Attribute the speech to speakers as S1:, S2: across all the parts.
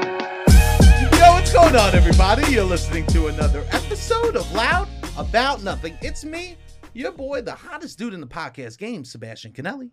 S1: Yo, what's going on, everybody? You're listening to another episode of Loud About Nothing. It's me, your boy, the hottest dude in the podcast game, Sebastian Canelli.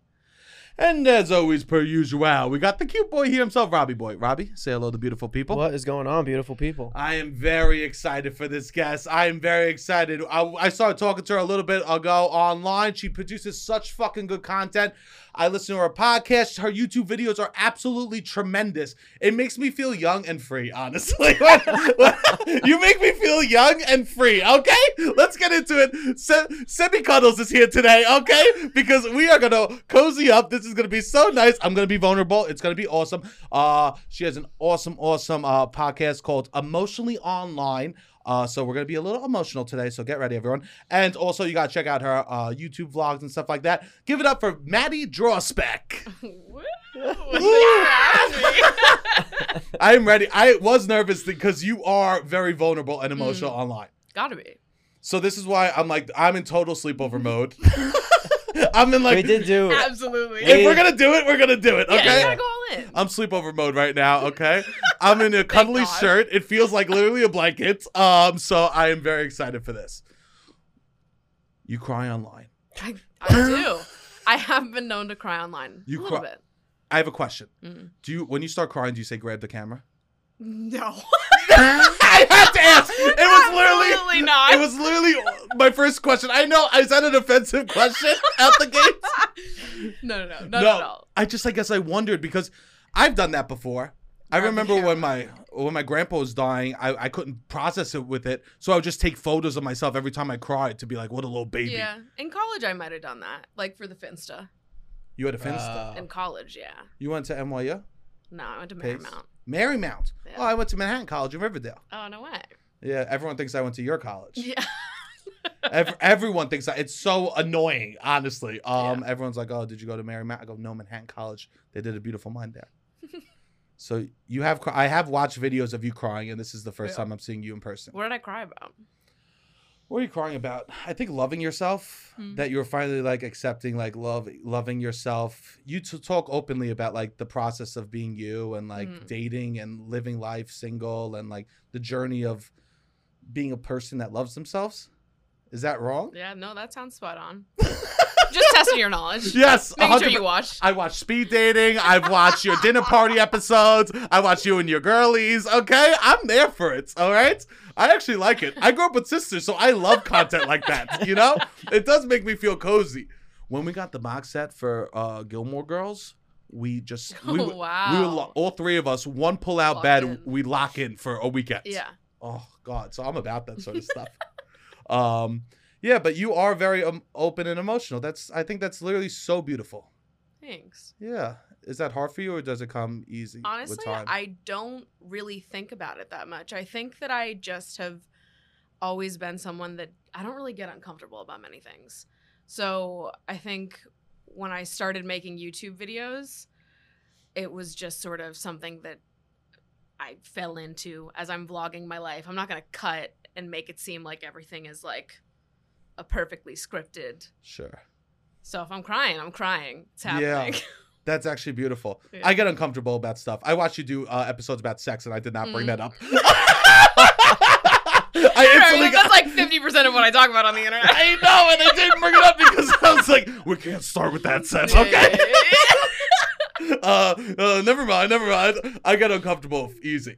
S1: And as always, per usual, we got the cute boy here himself, Robbie Boy. Robbie, say hello to beautiful people.
S2: What is going on, beautiful people?
S1: I am very excited for this guest. I am very excited. I, I started talking to her a little bit ago online. She produces such fucking good content. I listen to her podcast. Her YouTube videos are absolutely tremendous. It makes me feel young and free, honestly. you make me feel young and free, okay? Let's get into it. Se- Semi Cuddles is here today, okay? Because we are going to cozy up. This is going to be so nice. I'm going to be vulnerable. It's going to be awesome. Uh, she has an awesome, awesome uh, podcast called Emotionally Online. Uh, so we're gonna be a little emotional today. So get ready, everyone. And also, you gotta check out her uh, YouTube vlogs and stuff like that. Give it up for Maddie Drawspec.
S3: Woo!
S1: I am ready. I was nervous because you are very vulnerable and emotional online.
S3: Gotta be.
S1: So this is why I'm like I'm in total sleepover mode. I'm in like
S2: we did do.
S3: Absolutely.
S1: if we're gonna do it, we're gonna do it.
S3: yeah,
S1: Okay. Uh,
S3: you gotta go all in.
S1: I'm sleepover mode right now, okay? I'm in a cuddly
S3: God.
S1: shirt. It feels like literally a blanket. Um, so I am very excited for this. You cry online.
S3: I, I do. I have been known to cry online.
S1: You
S3: a little
S1: cry-
S3: bit.
S1: I have a question.
S3: Mm.
S1: Do you when you start crying, do you say grab the camera?
S3: No.
S1: I have to ask. It was literally
S3: Absolutely not.
S1: It was literally my first question. I know. Is that an offensive question out the gate?
S3: no, no, no, not at all.
S1: I just I guess I wondered because I've done that before. I
S3: Grab the
S1: remember when my when my grandpa was dying, I, I couldn't process it with it, so I would just take photos of myself every time I cried to be like, "What a little baby."
S3: Yeah. In college, I might have done that, like for the Finsta.
S1: You had a
S2: Uh.
S1: fence.
S3: In college, yeah.
S1: you went to NYU,
S3: No, I went to
S1: Pace?
S3: Marymount.
S1: Marymount.
S3: Yeah.
S1: Oh, I went to Manhattan College in Riverdale.
S3: Oh no way.
S1: Yeah, everyone thinks I went to your college.
S3: Yeah.
S1: Ev- everyone thinks that. It's so annoying, honestly. Um, Everyone's like, oh, did you go to Marymount? I go, no, Manhattan College. They did a beautiful mind there. so you have, cr- I have watched videos of you crying, and this is the first
S3: Yeah.
S1: time I'm seeing you in person.
S3: What did I cry about?
S1: What are you crying about? I think loving yourself.
S3: Hmm.
S1: That you're finally like accepting, like love, loving yourself. You to talk openly about like the process of being you and like
S3: Mhm.
S1: dating and living life single and like the journey of being a person that loves themselves. Is that wrong?
S3: Yeah, no, that sounds spot on. Just testing your knowledge.
S1: Yes,
S3: Making sure
S1: 100%.
S3: you watched.
S1: I watch speed dating. I've watched your dinner party episodes. I watch you and your girlies. Okay, I'm there for it. All right, I actually like it. I grew up with sisters, so I love content like that. You know, it does make me feel cozy. When we got the box set for uh, Gilmore Girls, we just we,
S3: Oh,
S1: were-
S3: wow.
S1: we were lo- all three of us one pull out
S3: Lock
S1: bed.
S3: in.
S1: We lock in for a weekend.
S3: Yeah.
S1: Oh God, so I'm about that sort of stuff. um, yeah, but you are very um, open and emotional. That's I think that's literally so beautiful.
S3: Thanks.
S1: Yeah. Is that hard for you or does it come easy
S3: Honestly,
S1: with time?
S3: I don't really think about it that much. I think that I just have always been someone that I don't really get uncomfortable about many things. So I think when I started making YouTube videos, it was just sort of something that I fell into as I'm vlogging my life. I'm not going to cut and make it seem like everything is like a perfectly scripted.
S1: sure.
S3: So if I'm crying, I'm crying. It's
S1: Yeah.
S3: happening.
S1: That's actually beautiful.
S3: Yeah.
S1: I get uncomfortable about stuff. I watched you do uh, episodes about sex and I did not bring
S3: Mm.
S1: that up. I instantly
S3: That's
S1: got.
S3: like 50% of what I talk about on the internet.
S1: I know, and I didn't bring it up because I was like, we can't start with that sex, okay? Uh, uh, never mind, never mind. I get uncomfortable easy.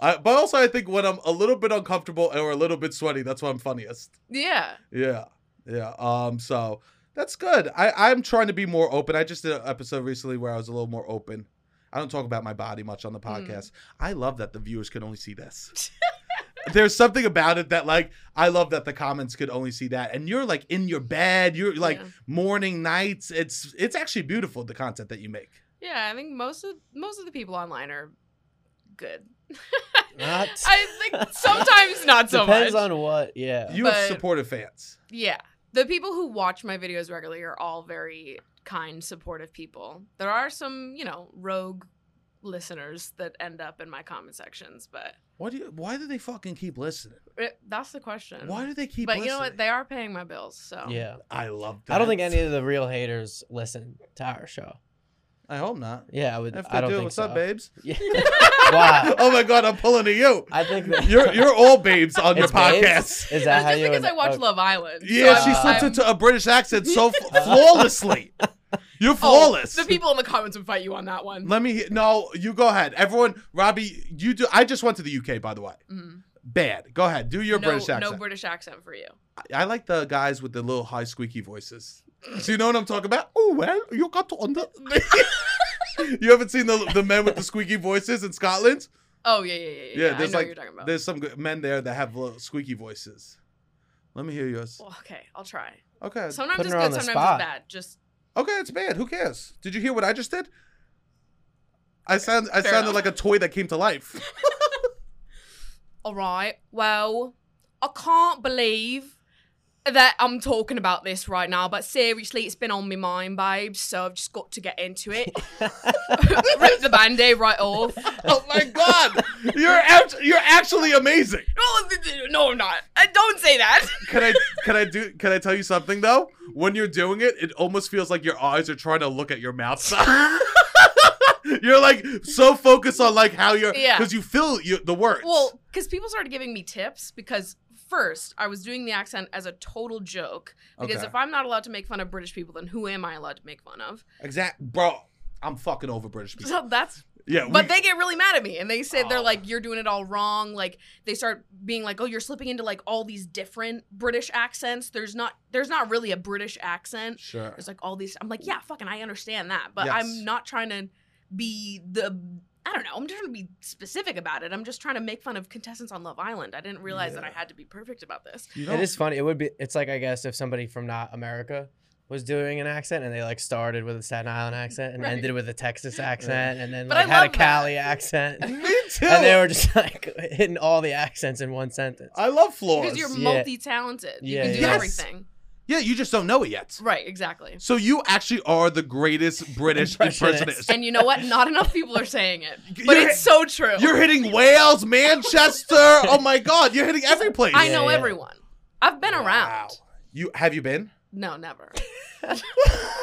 S1: I, but also, I think when I'm a little bit uncomfortable or a little bit sweaty, that's when I'm funniest.
S3: yeah.
S1: Yeah, yeah. Um, so that's good. I I'm trying to be more open. I just did an episode recently where I was a little more open. I don't talk about my body much on the podcast. I love that the viewers can only see this. there's something about it that like I love that the comments could only see that, and you're like in your bed, you're like
S3: Yeah.
S1: morning nights. It's it's actually beautiful the content that you make.
S3: Yeah, I think most of most of the people online are good.
S2: Not-
S3: I think sometimes not so
S2: Depends
S3: much.
S2: on what. Yeah.
S1: You have
S3: But-
S1: supportive fans.
S3: Yeah. The people who watch my videos regularly are all very kind, supportive people. There are some, you know, rogue listeners that end up in my comment sections, but
S1: Why do you, why do they fucking keep listening?
S3: it, that's the question.
S1: Why do they keep?
S3: but
S1: listening?
S3: you know what? They are paying my bills, so
S2: yeah.
S1: I love. That.
S2: I don't think any of the real haters listen to our show.
S1: I hope not.
S2: Yeah, I would.
S1: If they
S2: I don't
S1: do,
S2: think
S1: what's
S2: so.
S1: up, babes?
S2: Yeah. wow.
S1: Oh my god, I'm pulling to you.
S2: I think that
S1: You're you're all babes on your
S2: It's babes?
S1: podcast.
S2: Is that
S3: That's
S2: how
S3: just
S2: you?
S3: because
S2: would-
S3: I watch
S2: oh,
S3: Love Island. so
S1: Yeah,
S3: I'm-
S1: she slipped
S3: I'm-
S1: into a British accent so f- flawlessly. You're
S3: Oh,
S1: flawless.
S3: The people in the comments would fight you on that one.
S1: Let me. he- No, you go ahead. Everyone, Robbie, you do. I just went to the UK, by the way.
S3: Mhm.
S1: Bad. Go ahead. Do your
S3: no,
S1: British accent.
S3: No British accent for you.
S1: I like the guys with the little high squeaky voices. Do you know what I'm talking about? Oh well, you got to under. you haven't seen the the men with the squeaky voices in Scotland?
S3: Oh yeah, yeah, yeah, yeah.
S1: Yeah,
S3: I
S1: there's
S3: know what
S1: like-
S3: you're talking about.
S1: There's some good men there that have little squeaky voices. Let me hear yours.
S3: Well, okay, I'll try.
S1: Okay.
S3: Sometimes
S2: Putting
S3: it's
S2: her
S3: good,
S2: on the
S3: sometimes
S2: spot.
S3: it's bad. Just
S1: Okay, it's bad. Who cares? Did you hear what I just did? I sound I
S3: Fair
S1: sounded
S3: enough.
S1: like a toy that came to life.
S3: all right. Well, I can't believe that I'm talking about this right now, but seriously, it's been on my mind, babe. So I've just got to get into it. Rip the band-aid right off.
S1: oh my god. You're act- you're actually amazing.
S3: No, th- th- no, I'm not. Uh, Don't say that.
S1: Can I can I do can I tell you something though? When you're doing it, it almost feels like your eyes are trying to look at your mouth. you're like so focused on like how you're
S3: Yeah.
S1: cuz you feel you, the words.
S3: Well, because people started giving me tips because first I was doing the accent as a total joke because
S1: Okay.
S3: if I'm not allowed to make fun of British people, then who am I allowed to make fun of?
S1: exact bro, I'm fucking over British people.
S3: So that's
S1: Yeah,
S3: but
S1: we-
S3: they get really mad at me and they say
S1: Oh.
S3: they're like you're doing it all wrong like they start being like oh you're slipping into like all these different british accents there's not there's not really a british accent
S1: sure.
S3: there's like all these i'm like yeah fucking i understand that but
S1: Mm. Yes.
S3: i'm not trying to be the i don't know i'm trying to be specific about it i'm just trying to make fun of contestants on love island i didn't realize that i
S1: Yeah.
S3: had to be perfect about this
S1: You
S2: It
S1: don't-
S2: is funny. It would be. It's like I guess if somebody from not America was doing an accent and they like started with a Staten Island accent and
S3: Right.
S2: ended with a Texas accent and then
S3: But
S2: like
S3: I
S2: had a
S3: love that.
S2: Cali accent
S1: Me too.
S2: and they were just like hitting all the accents in one sentence.
S1: I love flaws.
S3: because you're
S2: Yeah.
S3: multi-talented you
S2: Yeah,
S3: can do
S1: yeah. Yes.
S3: everything
S1: yeah, you just don't know it yet.
S3: right exactly
S1: So you actually are the greatest British impersonist.
S2: Impressionist.
S3: and you know what not enough people are saying it but
S1: You're-
S3: it's so true
S1: You're hitting Wales, Manchester. oh my God, you're hitting every place.
S3: I
S2: Yeah,
S3: know
S2: yeah.
S3: everyone. I've been
S1: Wow.
S3: around.
S1: You have you been?
S3: No, never.
S2: But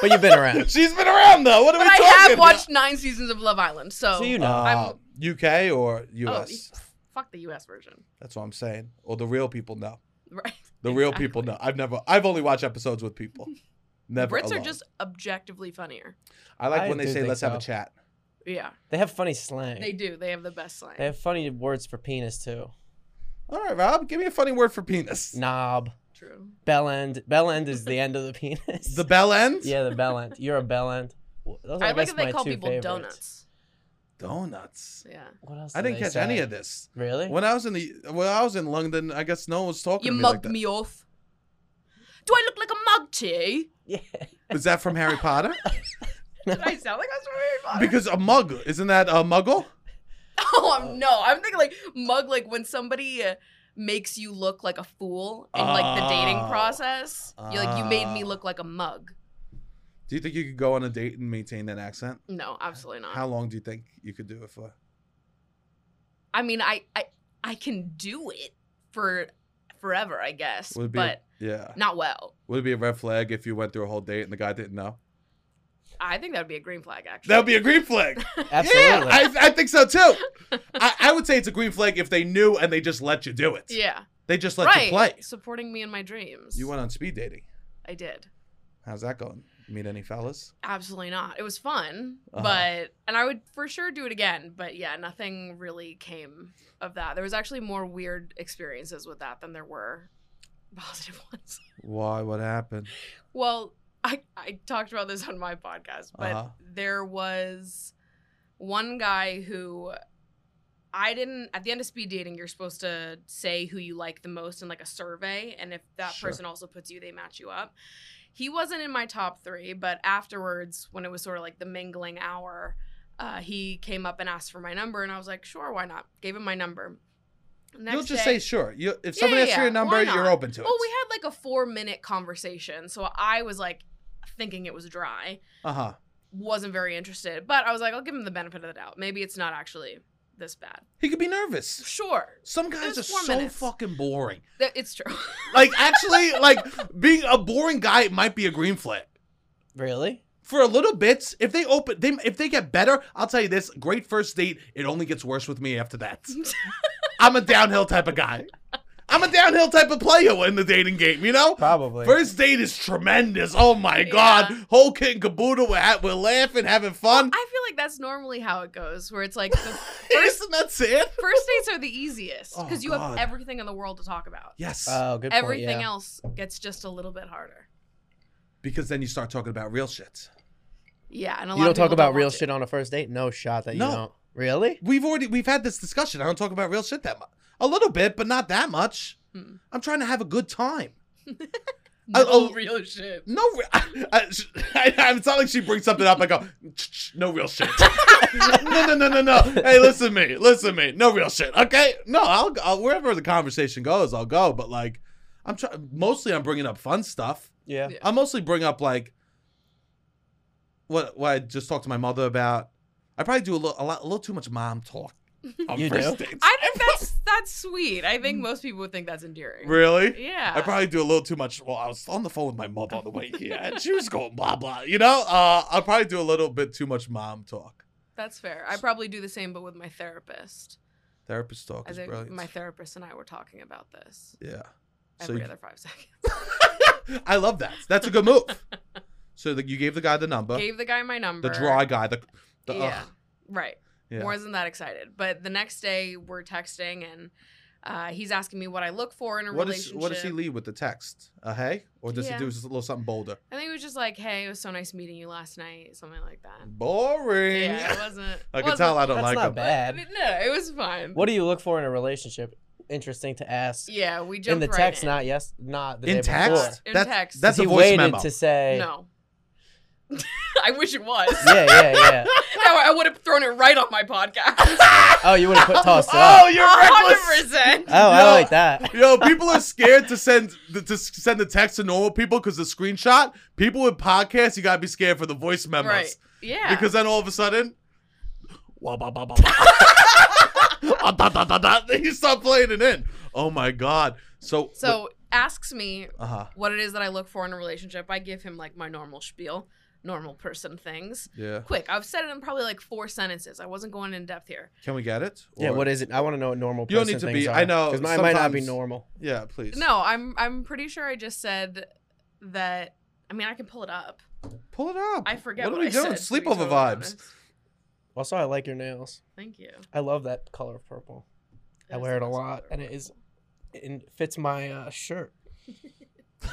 S2: you've been around.
S1: She's been around though. What are
S3: But
S1: we
S3: I
S1: talking
S3: have
S1: about?
S3: watched nine seasons of Love Island, so,
S2: So you know.
S1: Uh, UK or
S3: oh,
S1: US?
S3: fuck the U.S. version,
S1: That's what I'm saying. Or the real people know.
S3: right?
S1: The real people know. I've never. I've only watched episodes with people. Never.
S3: Brits are
S1: alone.
S3: just objectively funnier.
S1: I like
S2: I
S1: when they
S2: do
S1: say
S2: think
S1: let's have a
S2: so.
S1: chat.
S3: Yeah,
S2: They have funny slang.
S3: they do. They have the best slang.
S2: They have funny words for penis too.
S1: All right, Rob. Give me a funny word for penis.
S2: Knob.
S3: True.
S2: Bell end. Bell end is the end of the penis.
S1: The bell ends.
S2: yeah, the bell end. You're a bell end. Wh- Those are,
S3: I,
S2: I,
S3: like
S2: guess,
S3: that they
S2: my
S3: call
S2: two
S3: people
S2: favorites.
S3: donuts.
S1: Donuts.
S3: Yeah,
S2: What else?
S1: I
S2: do
S1: didn't
S2: they
S1: catch
S2: say?
S1: any of this.
S2: Really?
S1: When I was in the when I was in London, I guess no one was talking
S3: you
S1: to me like
S3: mugged
S1: that.
S3: me off. Do I look like a mug to you?
S2: Yeah.
S1: Was that from Harry Potter?
S3: Did I sound like I was from Harry Potter?
S1: Because a mug isn't that a muggle?
S3: Oh I'm, no, I'm thinking like mug, like when somebody uh, makes you look like a fool in like the dating
S2: Ah.
S1: Oh.
S3: process. You're like, you made me
S1: Oh.
S3: look like a mug.
S1: Do you think you could go on a date and maintain that accent?
S3: No, absolutely not.
S1: How long do you think you could do it for?
S3: I mean, I, I I can do it for forever, I guess,
S1: Would it be a-
S3: but
S1: Yeah.
S3: not well.
S1: Would it be a red flag if you went through a whole date and the guy didn't know?
S3: I think that would be a green flag, actually.
S1: That would be a green flag.
S2: Absolutely.
S1: Yeah, I, I think so too. I, I would say it's a green flag if they knew and they just let you do it.
S3: yeah,
S1: They just let
S3: right.
S1: you play.
S3: Supporting me in my dreams.
S1: You went on speed dating.
S3: I did.
S1: How's that going? Meet any fellas?
S3: Absolutely not. It was fun,
S1: Uh-huh.
S3: but and I would for sure do it again. But yeah, nothing really came of that. There was actually more weird experiences with that than there were positive ones.
S1: Why? What happened?
S3: Well, I I talked about this on my podcast, but
S1: Uh-huh.
S3: there was one guy who I didn't at the end of speed dating, you're supposed to say who you like the most in like a survey, and if that
S1: Sure.
S3: person also puts you, they match you up. He wasn't in my top three, but afterwards, when it was sort of like the mingling hour, uh, he came up and asked for my number, and I was like, sure, why not? Gave him my number.
S1: You'll
S3: Next
S1: just
S3: day-
S1: say sure. You, if
S3: Yeah,
S1: somebody
S3: yeah,
S1: asks for
S3: yeah.
S1: your number,
S3: Why
S1: you're
S3: not?
S1: open to it.
S3: Well, we had like a four minute conversation, so I was like thinking it was dry.
S1: uh huh.
S3: Wasn't very interested, but I was like, I'll give him the benefit of the doubt. Maybe it's not actually this bad.
S1: He could be nervous.
S3: Sure,
S1: Some guys
S3: was
S1: are
S3: four
S1: so
S3: minutes.
S1: fucking boring.
S3: Th- it's true.
S1: Like actually, like being a boring guy might be a green flag.
S2: Really?
S1: For a little bit, if they open, they if they get better, I'll tell you this: great first date. It only gets worse with me after that. I'm a downhill type of guy. I'm a downhill type of player in the dating game. You know,
S2: Probably.
S1: First date is tremendous. Oh my god.
S3: Yeah.
S1: Whole kit and caboodle. We're, at, we're laughing, having fun.
S3: I feel like that's normally how it goes, where it's like the
S1: Isn't that sad?
S3: first dates are the easiest because
S1: Oh,
S3: you
S1: God.
S3: have everything in the world to talk about.
S1: Yes.
S2: Oh, good point.
S3: Everything
S2: yeah.
S3: else gets just a little bit harder.
S1: because then you start talking about real shit.
S3: Yeah, and a lot
S2: You
S3: of
S2: don't
S3: people
S2: talk about
S3: don't
S2: real
S3: want to.
S2: shit on a first date? No shot that
S1: No.
S2: you don't. Really?
S1: We've already we've had this discussion. I don't talk about real shit that much. A little bit, but not that much.
S3: Hmm.
S1: I'm trying to have a good time.
S3: No
S1: Oh, oh.
S3: real shit.
S1: No, re- I, I, I, it's not like she brings something up. I go, "Ch-ch-ch, no real shit. no, no, no, no, no. Hey, listen to me, listen to me. No real shit. Okay, no, I'll, I'll wherever the conversation goes, I'll go. But like, I'm trying. Mostly, I'm bringing up fun stuff.
S2: Yeah.
S3: Yeah.
S1: I mostly bring up like what what I just talked to my mother about. I probably do a little a, lot, a little too much mom talk. On
S2: You
S1: first
S2: do?
S1: dates.
S3: I think that's that's sweet. I think most people would think that's endearing.
S1: really.
S3: Yeah.
S1: I probably do a little too much. Well, I was on the phone with my mother on the way here, and she was going blah blah. You know, uh, I probably do a little bit too much mom talk.
S3: that's fair. I probably do the same, but with my therapist.
S1: Therapist talk
S3: I
S1: is
S3: think
S1: brilliant.
S3: my therapist and I were talking about this
S1: yeah. So
S3: every
S1: you-
S3: other five seconds.
S1: I love that. That's a good move. so the, you gave the guy the number,
S3: Gave the guy my number.
S1: the dry guy, the, the ugh.
S3: yeah. Right.
S1: Yeah.
S3: wasn't that excited. But the next day we're texting and uh, he's asking me what I look for in a
S1: What is
S3: relationship.
S1: what does he lead with the text? A hey, or does
S3: Yeah.
S1: he do just a little something bolder?
S3: I think it was just like, "Hey, it was so nice meeting you last night," something like that.
S1: Boring.
S3: Yeah, it wasn't.
S1: I can
S3: wasn't-
S1: tell I don't
S2: That's
S1: like
S2: not
S1: him.
S2: bad.
S3: No, it was fine.
S2: What do you look for in a relationship? Interesting to ask.
S3: Yeah, we
S2: in
S3: jumped
S2: the
S3: right
S2: text,
S3: in.
S2: not yes, not the
S1: In
S2: day
S1: text?
S2: before.
S3: In
S1: That's,
S3: text.
S1: that's a
S2: he
S1: voice
S2: waited
S1: memo.
S2: to say.
S3: No. I wish it was.
S2: Yeah, yeah, yeah.
S3: Now I would have thrown it right on my podcast.
S2: Oh, you would have put tossed it
S1: oh,
S2: up.
S1: you're
S3: Hundred
S1: reckless.
S3: percent.
S2: Oh, I
S1: no.
S2: like that.
S1: Yo, people are scared to send the, to s- send the text to normal people because the screenshot. People with podcasts, you gotta be scared for the voice memos
S3: Right. Yeah.
S1: because then all of a sudden, wah, bah, bah, bah, bah. Ah, da, da, da, da. you stop playing it in. Oh my god. So
S3: so asks me
S1: uh huh.
S3: what it is that I look for in a relationship. I give him like my normal spiel, normal person things.
S1: Yeah.
S3: Quick, I've said it in probably like four sentences. I wasn't going in depth here.
S1: Can we get it?
S2: Yeah,
S1: Or-
S2: what is it? I want to know what normal.
S1: You don't
S2: person
S1: need to
S2: things
S1: be-
S2: Are,
S1: I know,
S2: because mine might not be
S1: sometimes-
S2: normal.
S1: Yeah, please.
S3: No, I'm I'm pretty sure I just said that. I mean, I can pull it up.
S1: Pull it up.
S3: I forget
S1: What
S3: what,
S1: are we
S3: I
S1: doing?
S3: said, to be
S1: Sleepover
S3: totally
S1: vibes.
S3: honest.
S2: Also, I like your nails.
S3: Thank you.
S2: I love that color of purple. I
S3: That is
S2: wear it
S3: the
S2: a
S3: best
S2: lot,
S3: color.
S2: and it is, it fits my uh, shirt.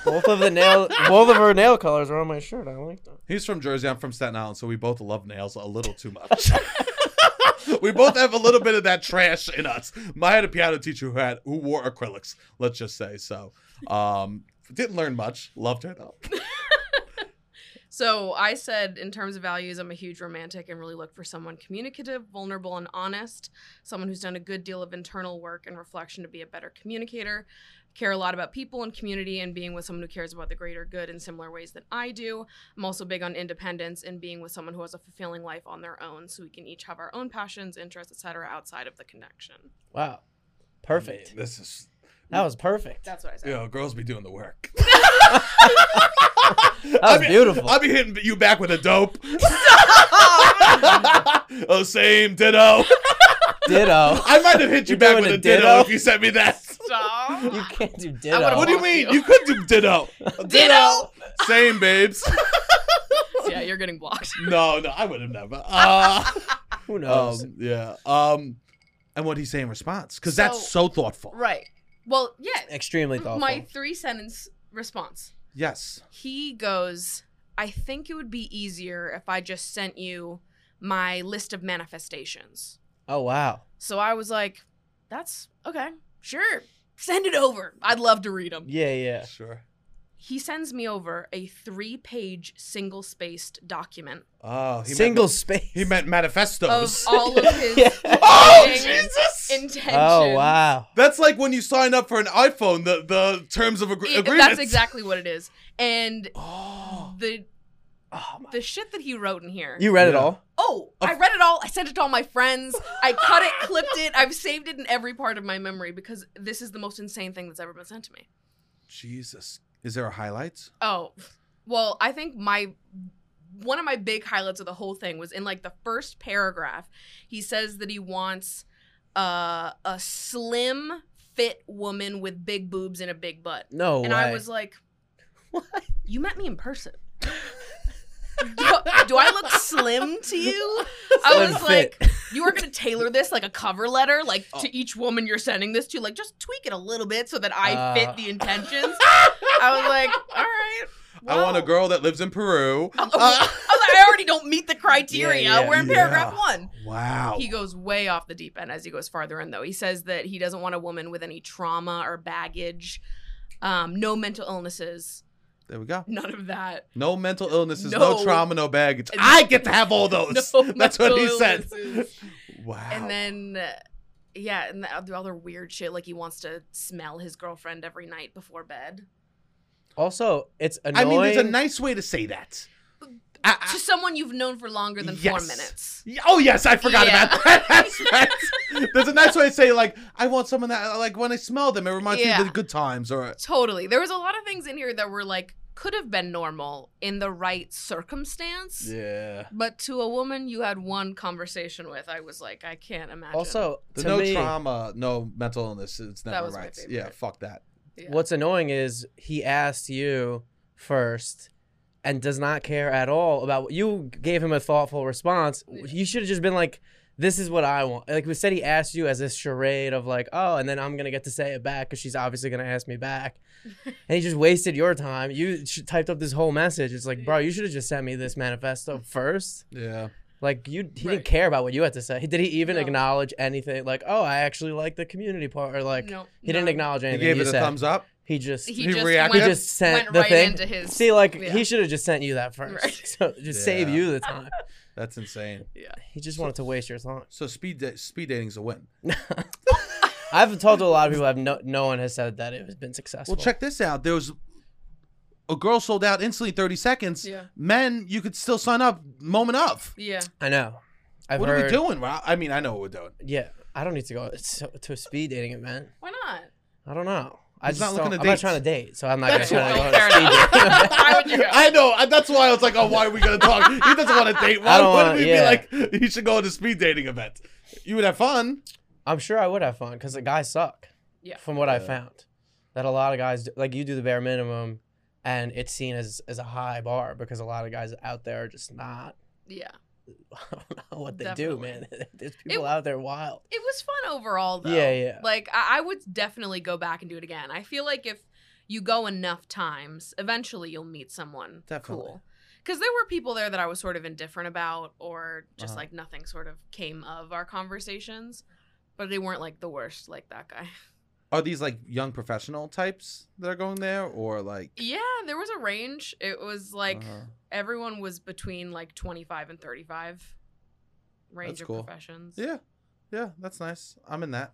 S2: both of the nail, both of her nail colors are on my shirt. I like that.
S1: He's from Jersey. I'm from Staten Island, so we both love nails a little too much. we both have a little bit of that trash in us. My had a piano teacher who had who wore acrylics. Let's just say so. Um, didn't learn much. Loved her though.
S3: So I said, in terms of values, I'm a huge romantic and really look for someone communicative, vulnerable, and honest. Someone who's done a good deal of internal work and reflection to be a better communicator. Care a lot about people and community and being with someone who cares about the greater good in similar ways than I do. I'm also big on independence and being with someone who has a fulfilling life on their own, so we can each have our own passions, interests, etc., outside of the connection.
S2: Wow, perfect.
S1: Man, this is
S2: That was perfect.
S3: That's what I said.
S1: you know, girls be doing the work.
S2: That
S1: I'll
S2: was
S1: be-
S2: beautiful.
S1: I'll be hitting you back with a dope. oh, same ditto.
S2: Ditto.
S1: I might have hit you
S2: You're
S1: back
S2: doing
S1: with a
S2: a
S1: ditto,
S2: ditto?
S1: if you sent me that.
S3: Stop.
S2: You can't do
S3: would've
S1: What do
S2: ditto.
S1: you
S3: Fuck
S1: mean?
S3: you.
S1: You could do ditto.
S3: Ditto.
S1: Same, babes.
S3: yeah, you're getting blocked.
S1: No, no, I would have never. Uh,
S2: Who knows?
S1: um, yeah. Um, and what he say in response? Because that's so
S3: So-
S1: thoughtful.
S3: Right. Well, yeah.
S2: Extremely thoughtful.
S3: My three sentence response.
S1: Yes.
S3: he goes, I think it would be easier if I just sent you my list of manifestations.
S2: Oh wow.
S3: So I was like, that's okay, sure, send it over. I'd love to read them.
S2: Yeah, yeah.
S1: Sure.
S3: He sends me over a three page single spaced document
S1: Oh, he
S2: Single
S1: Meant,
S2: space.
S1: he meant manifestos.
S3: of all of his
S2: Yeah.
S1: oh
S3: fucking
S1: Jesus!
S3: intentions.
S2: Oh wow.
S1: That's like when you sign up for an iPhone. The the terms of agree-
S3: It-
S1: agreement.
S3: that's exactly what it is. And
S1: Oh.
S3: the
S2: Oh, my.
S3: the shit that he wrote in here.
S2: You read it
S1: Yeah.
S2: all?
S3: oh, I read it all. I sent it to all my friends. I cut it, clipped it. I've saved it in every part of my memory because this is the most insane thing that's ever been sent to me.
S1: Jesus. Is there a highlights?
S3: Oh, well, I think my one of my big highlights of the whole thing was in like the first paragraph. He says that he wants uh, a slim, fit woman with big boobs and a big butt,
S2: No
S3: and
S2: way.
S3: I was like,
S2: What?
S3: "You met me in person." do, do I look slim to you? I
S2: Slim
S3: was
S2: fit. Oh.
S3: like, you are gonna tailor this like a cover letter, like to each woman you're sending this to, like just tweak it a little bit so that I
S2: Uh.
S3: fit the intentions. I was like, all right.
S1: I want a
S3: wow."
S1: girl that lives in Peru.
S3: I was like, I already don't meet the criteria.
S2: Yeah, yeah,
S3: We're in paragraph
S1: yeah.
S3: one.
S1: Wow.
S3: He goes way off the deep end as he goes farther in, though. He says that he doesn't want a woman with any trauma or baggage, um, no mental illnesses,
S1: there we go.
S3: none of that.
S1: No mental illnesses, no,
S3: No.
S1: trauma, no baggage. I get to have all
S2: Oh,
S1: those.
S3: No
S1: That's what he
S3: mental
S1: said.
S3: illnesses.
S1: Wow.
S3: And then, uh, yeah, and the other, other weird shit, like he wants to smell his girlfriend every night before bed.
S2: also, it's
S1: I
S2: annoying.
S1: mean, there's a nice way to say that.
S3: Uh,
S1: I-
S2: Ah.
S1: I-
S3: To someone you've known for longer than four
S1: Yes.
S3: minutes.
S1: Yeah, Oh yes, I forgot
S3: Yeah.
S1: about that. That's right. There's a nice way to say like I want someone that like when I smell them, it reminds me
S3: Yeah.
S1: of the good times or
S3: Totally. There was a lot of things in here that were like could have been normal in the right circumstance.
S1: yeah.
S3: But to a woman you had one conversation with, I was like, I can't imagine.
S2: Also,
S1: There's
S2: to
S1: no
S2: me,
S1: trauma, no mental illness. It's never
S3: was my
S1: right.
S3: favorite.
S1: Yeah, fuck that.
S3: Yeah.
S2: what's annoying is he asked you first and does not care at all about what you gave him a thoughtful response.
S3: Yeah.
S2: You should have just been like, this is what I want. Like we said, he asked you as this charade of like, oh, and then I'm gonna get to say it back because she's obviously gonna ask me back, and he just wasted your time. You sh- typed up this whole message. It's like, bro, you should have just sent me this manifesto first.
S1: Yeah.
S2: Like you, he
S3: Right.
S2: didn't care about what you had to say. Did he even
S3: No.
S2: acknowledge anything? Like, oh, I actually like the community part, or like
S3: No,
S2: he didn't
S3: no.
S2: acknowledge
S1: He
S2: anything.
S1: gave
S2: you
S1: it a
S2: said.
S1: thumbs up.
S2: He just
S3: he,
S1: he
S3: just
S1: reacted?
S2: he
S3: went,
S2: just sent
S3: went
S2: the
S3: right
S2: thing.
S3: into his
S2: See, like
S3: yeah.
S2: he should have just sent you that first.
S3: Right.
S2: So just save
S1: Yeah.
S2: you the time.
S1: That's insane.
S2: He just wanted to waste your time.
S1: So speed da- speed dating's a win.
S2: I've talked to a lot of people. I've no no one has said that it has been successful.
S1: Well, check this out. There was a girl sold out instantly in 30 seconds.
S3: Yeah.
S1: Men, you could still sign up moment of.
S3: Yeah.
S2: I know. I've
S1: what
S2: heard,
S1: are we doing, Rob? I mean, I know what we're doing.
S2: Yeah, I don't need to go to, to a speed dating event.
S3: Why not?
S2: I don't know. I
S1: He's
S2: just
S1: not looking to
S2: don't- I'm not
S1: date.
S2: trying to date, so I'm not gonna
S1: That's
S2: try to
S1: why.
S2: go to a speed dating. event.
S3: Why would you go?
S1: I know. I- That's why I was like, oh, why are we going to talk? He doesn't want to date. Why
S2: I don't
S1: wouldn't
S2: wanna-
S1: we
S2: yeah.
S1: be like, he should go on a speed dating event? You would have fun.
S2: I'm sure I would have fun because the guys suck.
S3: Yeah.
S2: From what I
S1: Yeah.
S2: found, that a lot of guys do, like you do the bare minimum, and it's seen as as a high bar because a lot of guys out there are just not.
S3: Yeah.
S2: I don't know what they do,
S3: Definitely.
S2: man. There's people out there wild.
S3: It was fun overall though.
S2: Yeah, yeah.
S3: Like I, I would definitely go back and do it again. I feel like if you go enough times, eventually you'll meet someone
S1: Definitely.
S3: cool. Because there were people there that I was sort of indifferent about, or just
S1: Uh-huh.
S3: like nothing sort of came of our conversations, but they weren't like the worst, like that guy.
S1: Are these like young professional types that are going there or like.
S3: Yeah, there was a range. It was like
S1: uh,
S3: everyone was between like 25 and 35 range
S1: That's
S3: of
S1: cool.
S3: professions.
S1: yeah. Yeah. That's nice. I'm in that.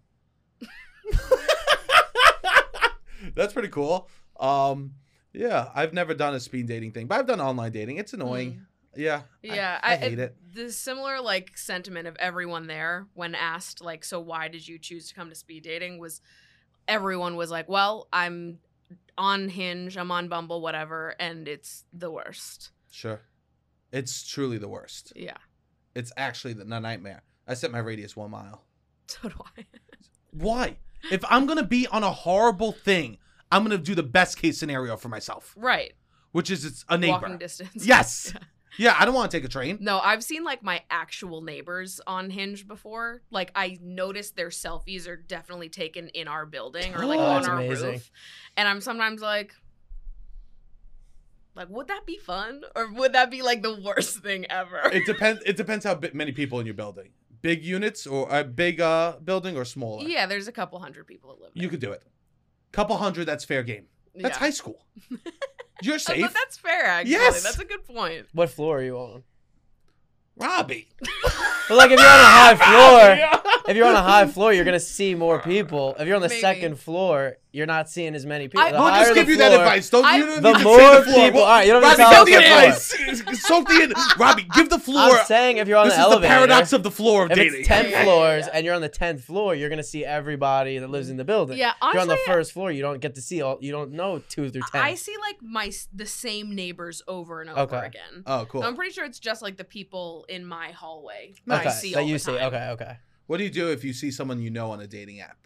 S1: that's pretty cool. Um, yeah. I've never done a speed dating thing, but I've done online dating. It's
S3: Mm-hmm.
S1: annoying. Yeah.
S3: Mm. Yeah,
S1: I, I hate it.
S3: The similar like sentiment of everyone there when asked like, so why did you choose to come to speed dating? Was everyone was like, well, I'm on Hinge, I'm on Bumble, whatever, and it's the worst.
S1: Sure. It's truly the worst.
S3: Yeah,
S1: It's actually the the nightmare. I set my radius one mile.
S3: so do I.
S1: Why? If I'm gonna be on a horrible thing, I'm gonna do the best case scenario for myself,
S3: Right,
S1: which is it's a neighbor.
S3: walking distance.
S1: Yes. Yeah, I don't want to take a train.
S3: No, I've seen like my actual neighbors on Hinge before. Like I noticed their selfies are definitely taken in our building or like
S1: Oh,
S3: on
S1: that's
S3: our
S2: amazing.
S3: roof. And I'm sometimes like like would that be fun or would that be like the worst thing ever?
S1: It depends. It depends how bi- many people in your building. Big units or a big uh building or smaller?
S3: Yeah, there's a couple hundred people that live.
S1: You
S3: there.
S1: could do it. Couple hundred, that's fair game. That's
S3: Yeah.
S1: high school. You're
S3: Uh,
S1: safe.
S3: But that's fair, actually.
S1: Yes.
S3: That's a good point.
S2: What floor are you on?
S1: Robbie.
S2: But like if you're on a high floor, if you're on a high floor, you're gonna see more people. If you're on the
S3: Maybe.
S2: second floor, you're not seeing as many people.
S3: I-
S2: The
S1: We'll
S2: higher
S1: just give
S2: the
S1: you
S2: floor,
S1: that advice. Don't
S3: I-
S1: you don't
S2: The
S1: need to
S2: more
S1: say the floor.
S2: people-
S1: Well,
S2: all right, you don't
S1: Robbie,
S2: even
S1: give
S2: tell
S1: the
S2: us the
S1: advice. Sophie and Robbie, give the floor.
S2: I'm saying if you're on
S1: this
S2: the
S1: is
S2: elevator,
S1: the paradox of the floor of
S2: if
S1: dating.
S2: it's ten
S3: Yeah, yeah,
S2: floors
S3: yeah.
S2: and you're on the tenth floor, you're gonna see everybody that lives in the building.
S3: Yeah,
S2: If you're on the
S3: honestly,
S2: first floor, you don't get to see all. You don't know two through ten.
S3: I see like my s- the same neighbors over and over
S2: Okay.
S3: again.
S1: Oh, cool.
S3: So I'm pretty sure it's just like the people in my hallway that
S2: okay,
S3: I see
S2: that
S3: all
S2: you
S3: the
S2: see.
S3: time.
S2: Okay, okay.
S1: What do you do if you see someone you know on a dating app?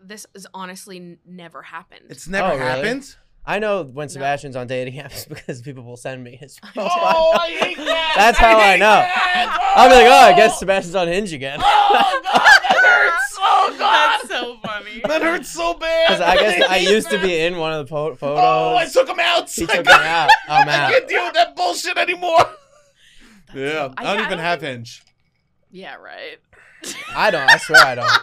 S3: This has honestly n- never happened.
S1: It's never
S2: Oh, really?
S1: happened.
S2: I know when Sebastian's on dating apps because people will send me his. profile.
S1: Oh, I hate that.
S2: That's how I
S1: hate
S2: know.
S1: that.
S2: I'll be like, oh, I guess Sebastian's on Hinge again.
S1: Oh, God, that hurts. Oh, God.
S3: That's so funny.
S1: That hurts so bad.
S2: 'Cause I guess I
S1: hate
S2: used to
S1: that.
S2: be in one of the po- photos.
S1: Oh, I took him out.
S2: he
S1: I
S2: took me
S1: got-
S2: out. I'm
S1: I
S2: out.
S1: can't deal with that bullshit anymore. yeah, I don't
S3: so- I- yeah, I
S1: even
S3: don't
S1: have Hinge.
S3: yeah, right.
S2: I don't. I swear I don't.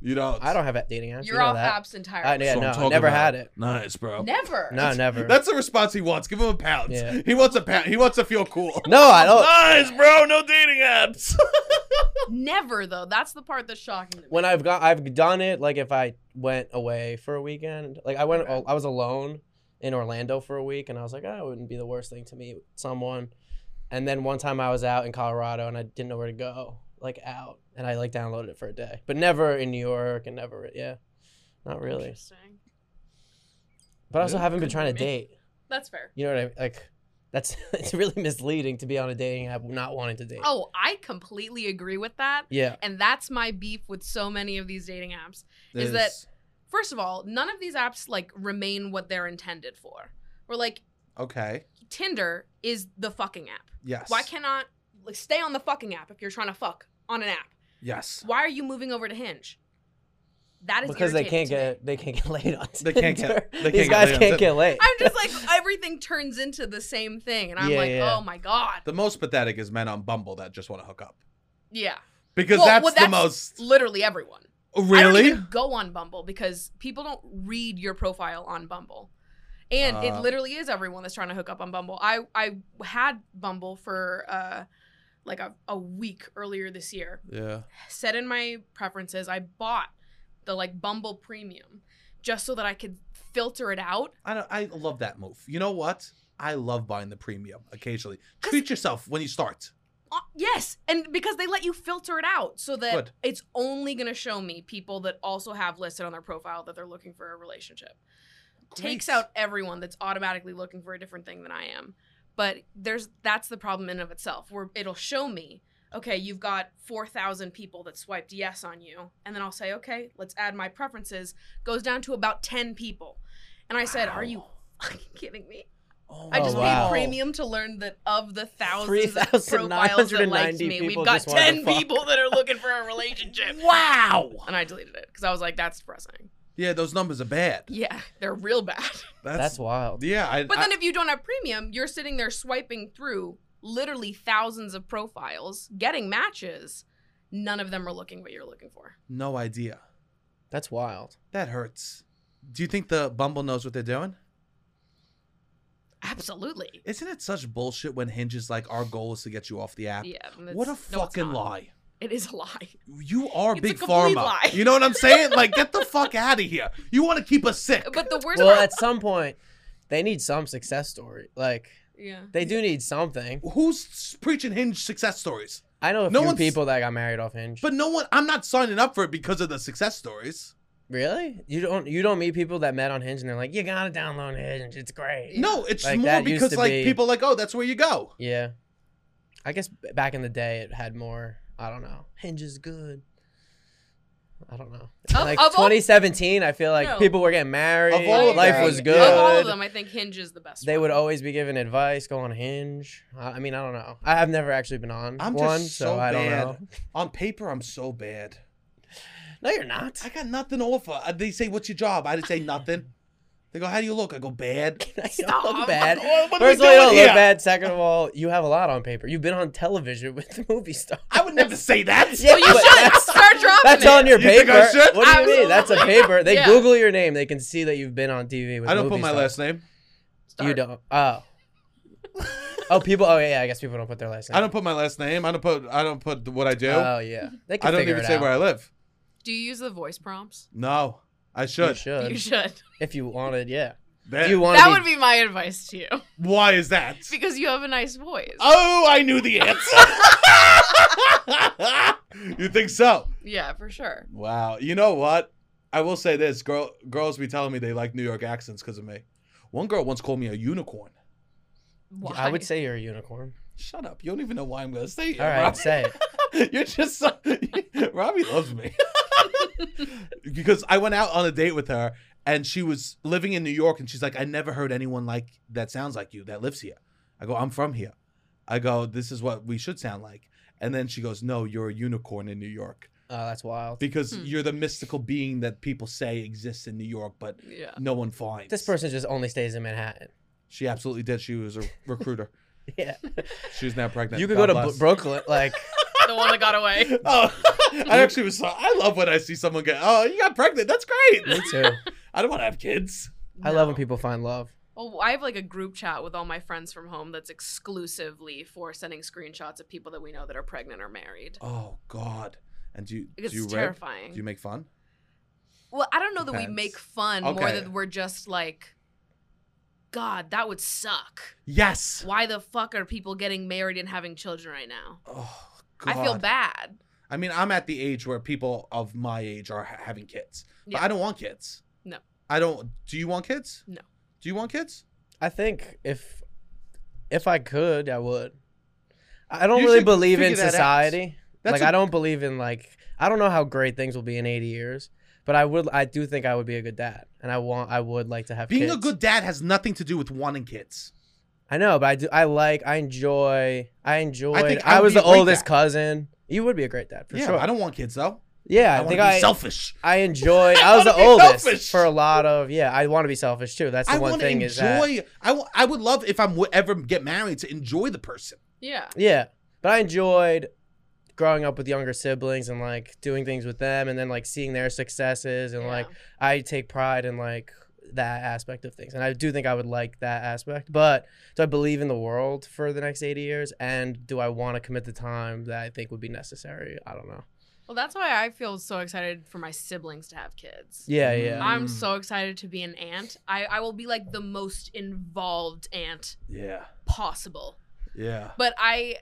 S1: You don't.
S2: I don't have that dating apps.
S3: You're
S2: you know
S3: off
S2: that.
S3: apps entirely.
S2: I, yeah,
S1: So I'm
S2: no, I
S1: talking
S2: never
S1: about
S2: had it.
S1: Nice, bro.
S3: Never.
S2: No, never.
S1: That's the response he wants. Give him a pound.
S2: Yeah.
S1: He wants a pound. He wants to feel cool.
S2: no, I don't.
S1: Nice, bro. No dating apps.
S3: Never though. That's the part that's shocking to me.
S2: When I've got, I've done it. Like if I went away for a weekend, like I went, I was alone in Orlando for a week, and I was like, oh, it wouldn't be the worst thing to meet someone. And then one time I was out in Colorado and I didn't know where to go, like out, and I like downloaded it for a day, but never in New York and never, yeah, not really.
S3: Interesting.
S2: But I also
S1: Yeah,
S2: haven't been
S3: good
S2: trying to
S3: for me.
S2: date.
S3: That's fair.
S2: You know what I mean? Like that's it's really misleading to be on a dating app not wanting to date.
S3: Oh, I completely agree with that.
S2: yeah.
S3: And that's my beef with so many of these dating apps. Is First of all, none of these apps like remain what they're intended for. We're like
S1: okay?
S3: Tinder is the fucking app.
S1: Yes.
S3: Why cannot like stay on the fucking app if you're trying to fuck on an app?
S1: Yes.
S3: Why are you moving over to Hinge? That is
S2: Because they can't
S3: irritating to me.
S2: get they can't get laid on.
S1: They can't get-
S2: Tinder.
S1: they can't
S2: These
S1: get
S2: guys
S1: laid on
S2: can't
S1: Tinder.
S2: get laid.
S3: I'm just like everything turns into the same thing, and I'm
S2: Yeah,
S3: like,
S2: yeah.
S3: oh my god,
S1: The most pathetic is men on Bumble that just want to hook up
S3: yeah.
S1: because
S3: Well-
S1: that's,
S3: well,
S1: the most.
S3: Literally everyone. I
S1: Really?
S3: don't even go on Bumble because people don't read your profile on Bumble. And
S1: Ah.
S2: Uh.
S3: it literally is everyone that's trying to hook up on Bumble. I I had Bumble for uh like a, a week earlier this year.
S1: Yeah.
S3: Set in my preferences, I bought the like Bumble premium just so that I could filter it out.
S1: I don't, I love that move. You know what? I love buying the premium occasionally. Treat yourself when you start.
S3: Uh, yes, and because they let you filter it out so that
S1: Good.
S3: it's only going to show me people that also have listed on their profile that they're looking for a relationship. Takes
S1: Great.
S3: out everyone that's automatically looking for a different thing than I am. But there's that's the problem in of itself where it'll show me, okay, you've got 4,000 people that swiped yes on you, and then I'll say, okay, let's add my preferences, goes down to about 10 people. And I said, are you
S1: Wow.
S3: fucking kidding me?
S1: Oh,
S3: I just
S2: Oh, wow.
S3: paid premium to learn that of the thousands of profiles that liked
S2: 3,990
S3: me, we've
S2: people
S3: got
S2: just wanted to
S3: 10
S2: fuck.
S3: people that are looking for a relationship.
S1: Wow.
S3: And I deleted it because I was like, that's depressing.
S1: Yeah, those numbers are bad.
S3: Yeah, they're real bad.
S1: That's,
S2: That's wild.
S1: yeah. I,
S3: But
S1: I-
S3: then if you don't have premium, you're sitting there swiping through literally thousands of profiles, getting matches. None of them are looking what you're looking for.
S1: no idea.
S2: That's wild.
S1: That hurts. Do you think the Bumble knows what they're doing?
S3: Absolutely.
S1: Isn't it such bullshit when Hinge is like our goal is to get you off the app?
S3: Yeah. and
S1: what a
S3: it's- no, it's
S1: fucking
S3: not.
S1: lie.
S3: It is a lie.
S1: You are
S3: It's a
S1: big
S3: complete
S1: pharma.
S3: lie.
S1: You know what I'm saying? Like, get the fuck out of here. You want to keep us sick.
S3: But the worst
S2: Well,
S3: part,
S2: at some point, they need some success story. Like
S3: yeah.
S2: they do need something.
S1: Who's preaching Hinge success stories?
S2: I know a
S1: No
S2: few
S1: one's-
S2: people that got married off Hinge.
S1: But no one, I'm not signing up for it because of the success stories.
S2: really, you don't you don't meet people that met on Hinge and they're like, you gotta download Hinge. It's great.
S1: No, it's
S2: Like,
S1: more
S2: that used
S1: because
S2: to
S1: like
S2: be-
S1: people like, oh, that's where you go.
S2: Yeah. I guess b- back in the day it had more. I don't know. Hinge is good. I don't know.
S3: Of-
S2: like
S3: of all-
S2: 2017, I feel like
S3: No.
S2: people were getting married.
S1: Of all of
S2: life
S1: them,
S2: was
S1: yeah.
S2: good.
S3: Of all of them, I think Hinge is the best.
S2: they
S3: one.
S2: would always be giving advice. Go on Hinge. I, I mean, I don't know. I have never actually been on
S1: I'm just
S2: one,
S1: so,
S2: so I don't
S1: bad.
S2: know.
S1: On paper, I'm so bad.
S2: No, you're not.
S1: I got nothing to offer. Uh, They say, "What's your job?" I didn't say nothing. They go, "How do you look?" I go, "Bad."
S2: You don't look
S3: Stop.
S2: bad.
S1: oh, What- what are
S2: First of
S1: we
S2: all,
S1: doing
S2: you don't look
S1: here?
S2: bad. Second of all, you have a lot on paper. You've been on television with movie stars.
S1: I would never say that.
S2: Yeah,
S3: you
S2: but
S3: should
S2: that's-
S3: start dropping
S2: That's
S3: it.
S2: on your
S1: You think
S2: paper.
S1: I should?
S2: What do you mean? That's a
S3: Absolutely.
S2: paper. They
S3: Yeah.
S2: Google your name. They can see that you've been on TV with.
S1: I don't put
S2: movie
S1: my last
S2: stars.
S1: name.
S3: Start.
S2: You don't. Oh. oh, people. Oh, yeah, yeah. I guess people don't put their last name.
S1: I don't put my last name. I don't put. I don't put what I do.
S2: Oh, yeah. They can
S1: I don't
S2: figure
S1: even
S2: it
S1: say
S2: out.
S1: where I live.
S3: Do you use the voice prompts?
S1: No, Uh, I
S2: You
S1: should. Eh.
S2: should.
S3: You should.
S2: If you wanted, yeah.
S1: That-
S2: If you wanted.
S3: That would be my advice to you
S1: Why is that?
S3: because you have a nice voice.
S1: Oh, I knew the answer. you think so?
S3: Yeah, for sure.
S1: Wow. You know what? I will say this: girl, girls be telling me they like New York accents because of me. One girl once called me a unicorn.
S3: Why?
S2: I would say you're a unicorn.
S1: Shut up! You don't even know why I'm gonna say it.
S2: All right,
S1: Rob.
S2: say it.
S1: You're just so, Robbie loves me because I went out on a date with her, and she was living in New York, and she's like, "I never heard anyone like that sounds like you that lives here." I go, "I'm from here." I go, "This is what we should sound like," and then she goes, "No, you're a unicorn in New York
S2: Oh, that's wild.
S1: because
S3: Hmm.
S1: you're the mystical being that people say exists in New York, but
S3: Yeah.
S1: no one finds."
S2: This person just only stays in Manhattan.
S1: she absolutely did. She was a recruiter.
S2: Yeah.
S1: She's now pregnant.
S2: you could
S1: God
S2: go to
S1: bless.
S2: B- Brooklyn. Like,
S3: The one that got away.
S1: Oh, I actually was. So, I love when I see someone get. Oh, you got pregnant. That's
S2: me
S1: great.
S2: too.
S1: I don't want to have kids.
S2: I love when people find love.
S3: Well, I have like a group chat with all my friends from home that's exclusively for sending screenshots of people that we know that are pregnant or married.
S1: Oh God. And do you
S3: It's
S1: do you rib?
S3: terrifying.
S1: Do you make fun?
S3: well, I don't know that we
S1: Depends.
S3: make fun more
S1: Okay.
S3: than we're just like, God, that would suck.
S1: Yes.
S3: Why the fuck are people getting married and having children right now?
S1: Oh God.
S3: I feel bad.
S1: I mean, I'm at the age where people of my age are ha- having kids, but
S3: Yeah.
S1: I don't want kids.
S3: No.
S1: I don't. Do you want kids?
S3: No.
S1: Do you want kids?
S2: I think if if I could, I would. I don't
S1: You
S2: really
S1: should
S2: believe in
S1: figure that out.
S2: society.
S1: That's
S2: like
S1: I
S2: I I don't believe in like I don't know how great things will be in 80 years, but I would I do think I would be a good dad, and I want I would like to have
S1: Being a
S2: kids.
S1: good dad has nothing to do with wanting kids.
S2: I know, but I do. I like. I enjoy. I enjoyed. I,
S1: think I would
S2: was
S1: be a
S2: the
S1: great
S2: oldest
S1: dad.
S2: cousin. You would be a great dad for
S1: yeah,
S2: sure.
S1: I don't want kids though.
S2: yeah, I,
S1: wanna
S2: think
S1: be
S2: I.
S1: selfish.
S2: I enjoyed. I,
S1: I
S2: was
S1: wanna
S2: the
S1: be
S2: oldest
S1: selfish.
S2: for a lot of. Yeah, I want to be selfish too. That's the
S1: I
S2: one
S1: want to
S2: thing is that.
S1: enjoy. I wa- I would love if I'm w- ever get married to enjoy the person.
S3: Yeah.
S2: Yeah, but I enjoyed growing up with younger siblings and like doing things with them, and then like seeing their successes, and
S3: Yeah.
S2: like I take pride in like that aspect of things, and I do think I would like that aspect. But do I believe in the world for the next eighty years, and do I want to commit the time that I think would be necessary? I don't know.
S3: Well, that's why I feel so excited for my siblings to have kids.
S2: Yeah, yeah.
S3: I'm
S1: Mm.
S3: so excited to be an aunt. I, I will be like the most involved aunt
S1: Yeah.
S3: possible.
S1: Yeah.
S3: But I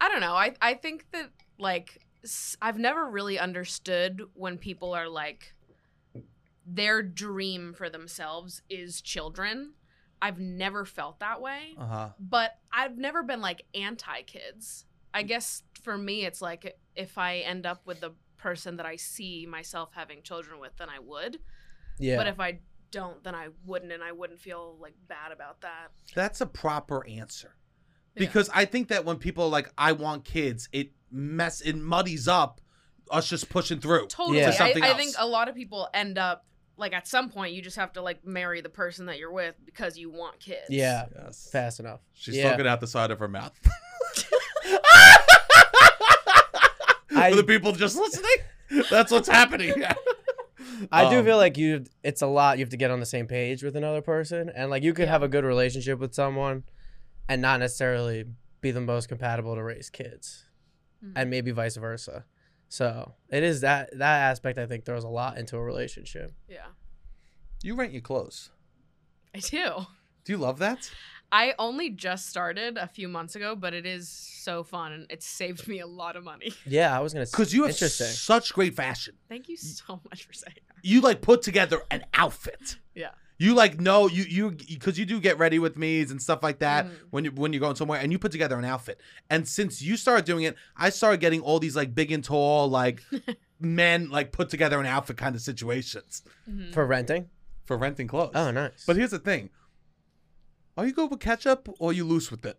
S3: I don't know. I I think that like s- I've never really understood when people are like their dream for themselves is children. I've never felt that way,
S1: Uh huh.
S3: but I've never been like anti kids. I guess for me it's like if I end up with the person that I see myself having children with then I would.
S2: Yeah.
S3: But if I don't, then I wouldn't, and I wouldn't feel like bad about that.
S1: That's a proper answer.
S3: Yeah.
S1: Because I think that when people are like, I want kids, it mess it muddies up us just pushing through.
S3: Totally,
S2: Yeah. To
S3: I,
S1: something
S3: I
S1: else.
S3: think a lot of people end up like at some point you just have to like marry the person that you're with because you want kids.
S2: yeah.
S1: Yes.
S2: Fast enough.
S1: She's
S2: Yeah.
S1: talking out the side of her mouth.
S2: I-
S1: For the people just listening, that's what's happening.
S2: I do
S1: Um,
S2: feel like you it's a lot you have to get on the same page with another person and like you could have a good relationship with someone and not necessarily be the most compatible to raise kids
S3: Mhm.
S1: Mm-hmm.
S2: and maybe vice versa. So, it is that that aspect I think throws a lot into a relationship.
S3: yeah,
S1: you rent your clothes.
S3: I do.
S1: Do you love that?
S3: I only just started a few months ago, but it is so fun and it's saved me a lot of money.
S2: Yeah, I was going to
S1: Because you have
S2: interesting.
S1: such great fashion.
S3: Thank you so much for saying that.
S1: you like put together an outfit.
S3: Yeah.
S1: You like know you you because you do get ready with me's and stuff like that
S3: Mhm.
S1: when you when you're going somewhere and you put together an outfit. And since you started doing it, I started getting all these like big and tall like men like put together an outfit kind of situations
S3: Mhm.
S2: for renting.
S1: for renting clothes.
S2: Oh, nice.
S1: But here's the thing: are you good with ketchup or are you loose with it?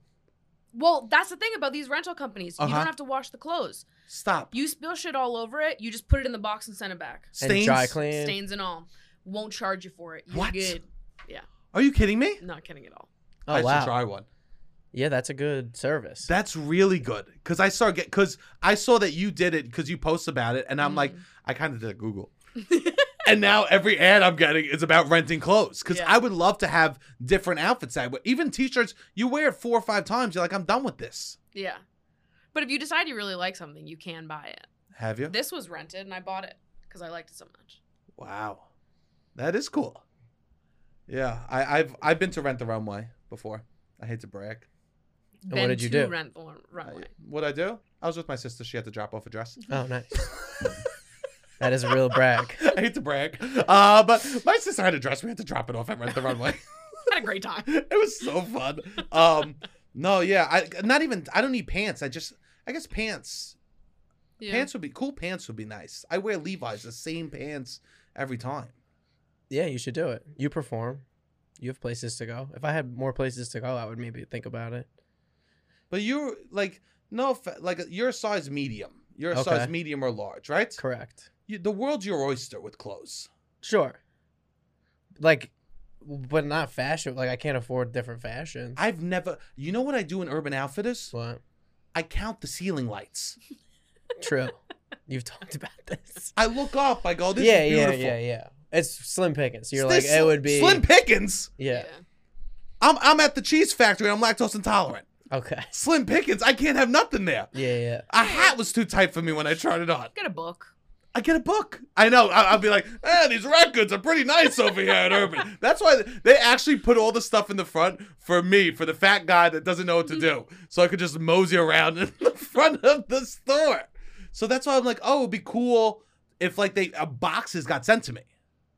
S3: Well, that's the thing about these rental companies. You
S1: Uh-huh.
S3: don't have to wash the clothes.
S1: Stop.
S3: You spill shit all over it. You just put it in the box and send it back.
S2: and dry clean.
S3: Stains and all. Won't charge you for it. You're
S1: What?
S3: good. Yeah.
S1: Are you kidding me?
S3: Not kidding at all.
S2: Oh
S1: I
S2: wow.
S1: should try one.
S2: Yeah, that's a good service.
S1: That's really good because I saw get because I saw that you did it because you post about it, and I'm like, I kind of did a Google, and now every ad I'm getting is about renting clothes because
S3: Yeah.
S1: I would love to have different outfits. I would even t-shirts you wear it four or five times. You're like, I'm done with this.
S3: Yeah. But if you decide you really like something, you can buy it.
S1: Have you?
S3: This was rented and I bought it because I liked it so much.
S1: Wow, that is cool. Yeah, I, I've I've been to Rent the Runway before. I hate to brag.
S2: what did you
S3: to
S2: do?
S3: Rent the Run-
S1: I-
S3: runway.
S1: What I do? I was with my sister. She had to drop off a dress.
S2: oh, nice. that is a real brag.
S1: I hate to brag, uh, but my sister had a dress. We had to drop it off at Rent the Runway.
S3: had a great time.
S1: it was so fun. Um, no, yeah, I not even. I don't need pants. I just, I guess pants.
S3: Yeah.
S1: Pants would be cool. Pants would be nice. I wear Levi's, the same pants every time.
S2: Yeah, you should do it. You perform. You have places to go. If I had more places to go, I would maybe think about it.
S1: But you're like no, offe- like you're a size medium. You're a size
S2: Okay.
S1: medium or large, right?
S2: Correct.
S1: You, the world's your oyster with clothes.
S2: Sure. Like, but not fashion. Like, I can't afford different fashions.
S1: I've never. You know what I do in Urban Outfitters?
S2: What?
S1: I count the ceiling lights.
S2: True. You've talked about this.
S1: I look up. I go, Oh, this
S2: yeah,
S1: is
S2: yeah,
S1: beautiful.
S2: yeah, yeah. It's slim pickings. You're
S1: This
S2: like, it would be.
S1: Slim Pickens.
S2: yeah.
S1: I'm I'm at the cheese factory. I'm lactose intolerant.
S2: Okay.
S1: Slim Pickens. I can't have nothing there.
S2: Yeah, yeah.
S1: A hat was too tight for me when I tried it on.
S3: Get a book.
S1: I get a book. I know. I- I'll be like, eh, these records are pretty nice over here at Urban. That's why they actually put all the stuff in the front for me, for the fat guy that doesn't know what to do. So I could just mosey around in the front of the store. So that's why I'm like, oh, it'd be cool if like they uh, boxes got sent to me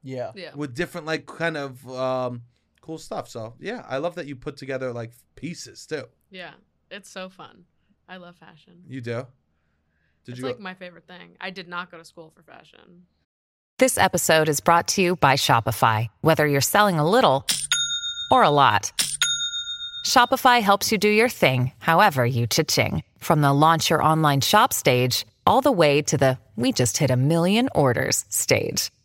S2: Yeah.
S3: Yeah.
S1: with different like kind of um cool stuff. So yeah, I love that you put together like pieces too.
S3: Yeah. It's so fun. I love fashion.
S1: You do. Did
S3: it's
S1: you go-
S3: like my favorite thing. I did not go to school for fashion.
S4: This episode is brought to you by Shopify. Whether you're selling a little or a lot, Shopify helps you do your thing, however you cha-ching. From the launch your online shop stage, all the way to the we just hit a million orders stage.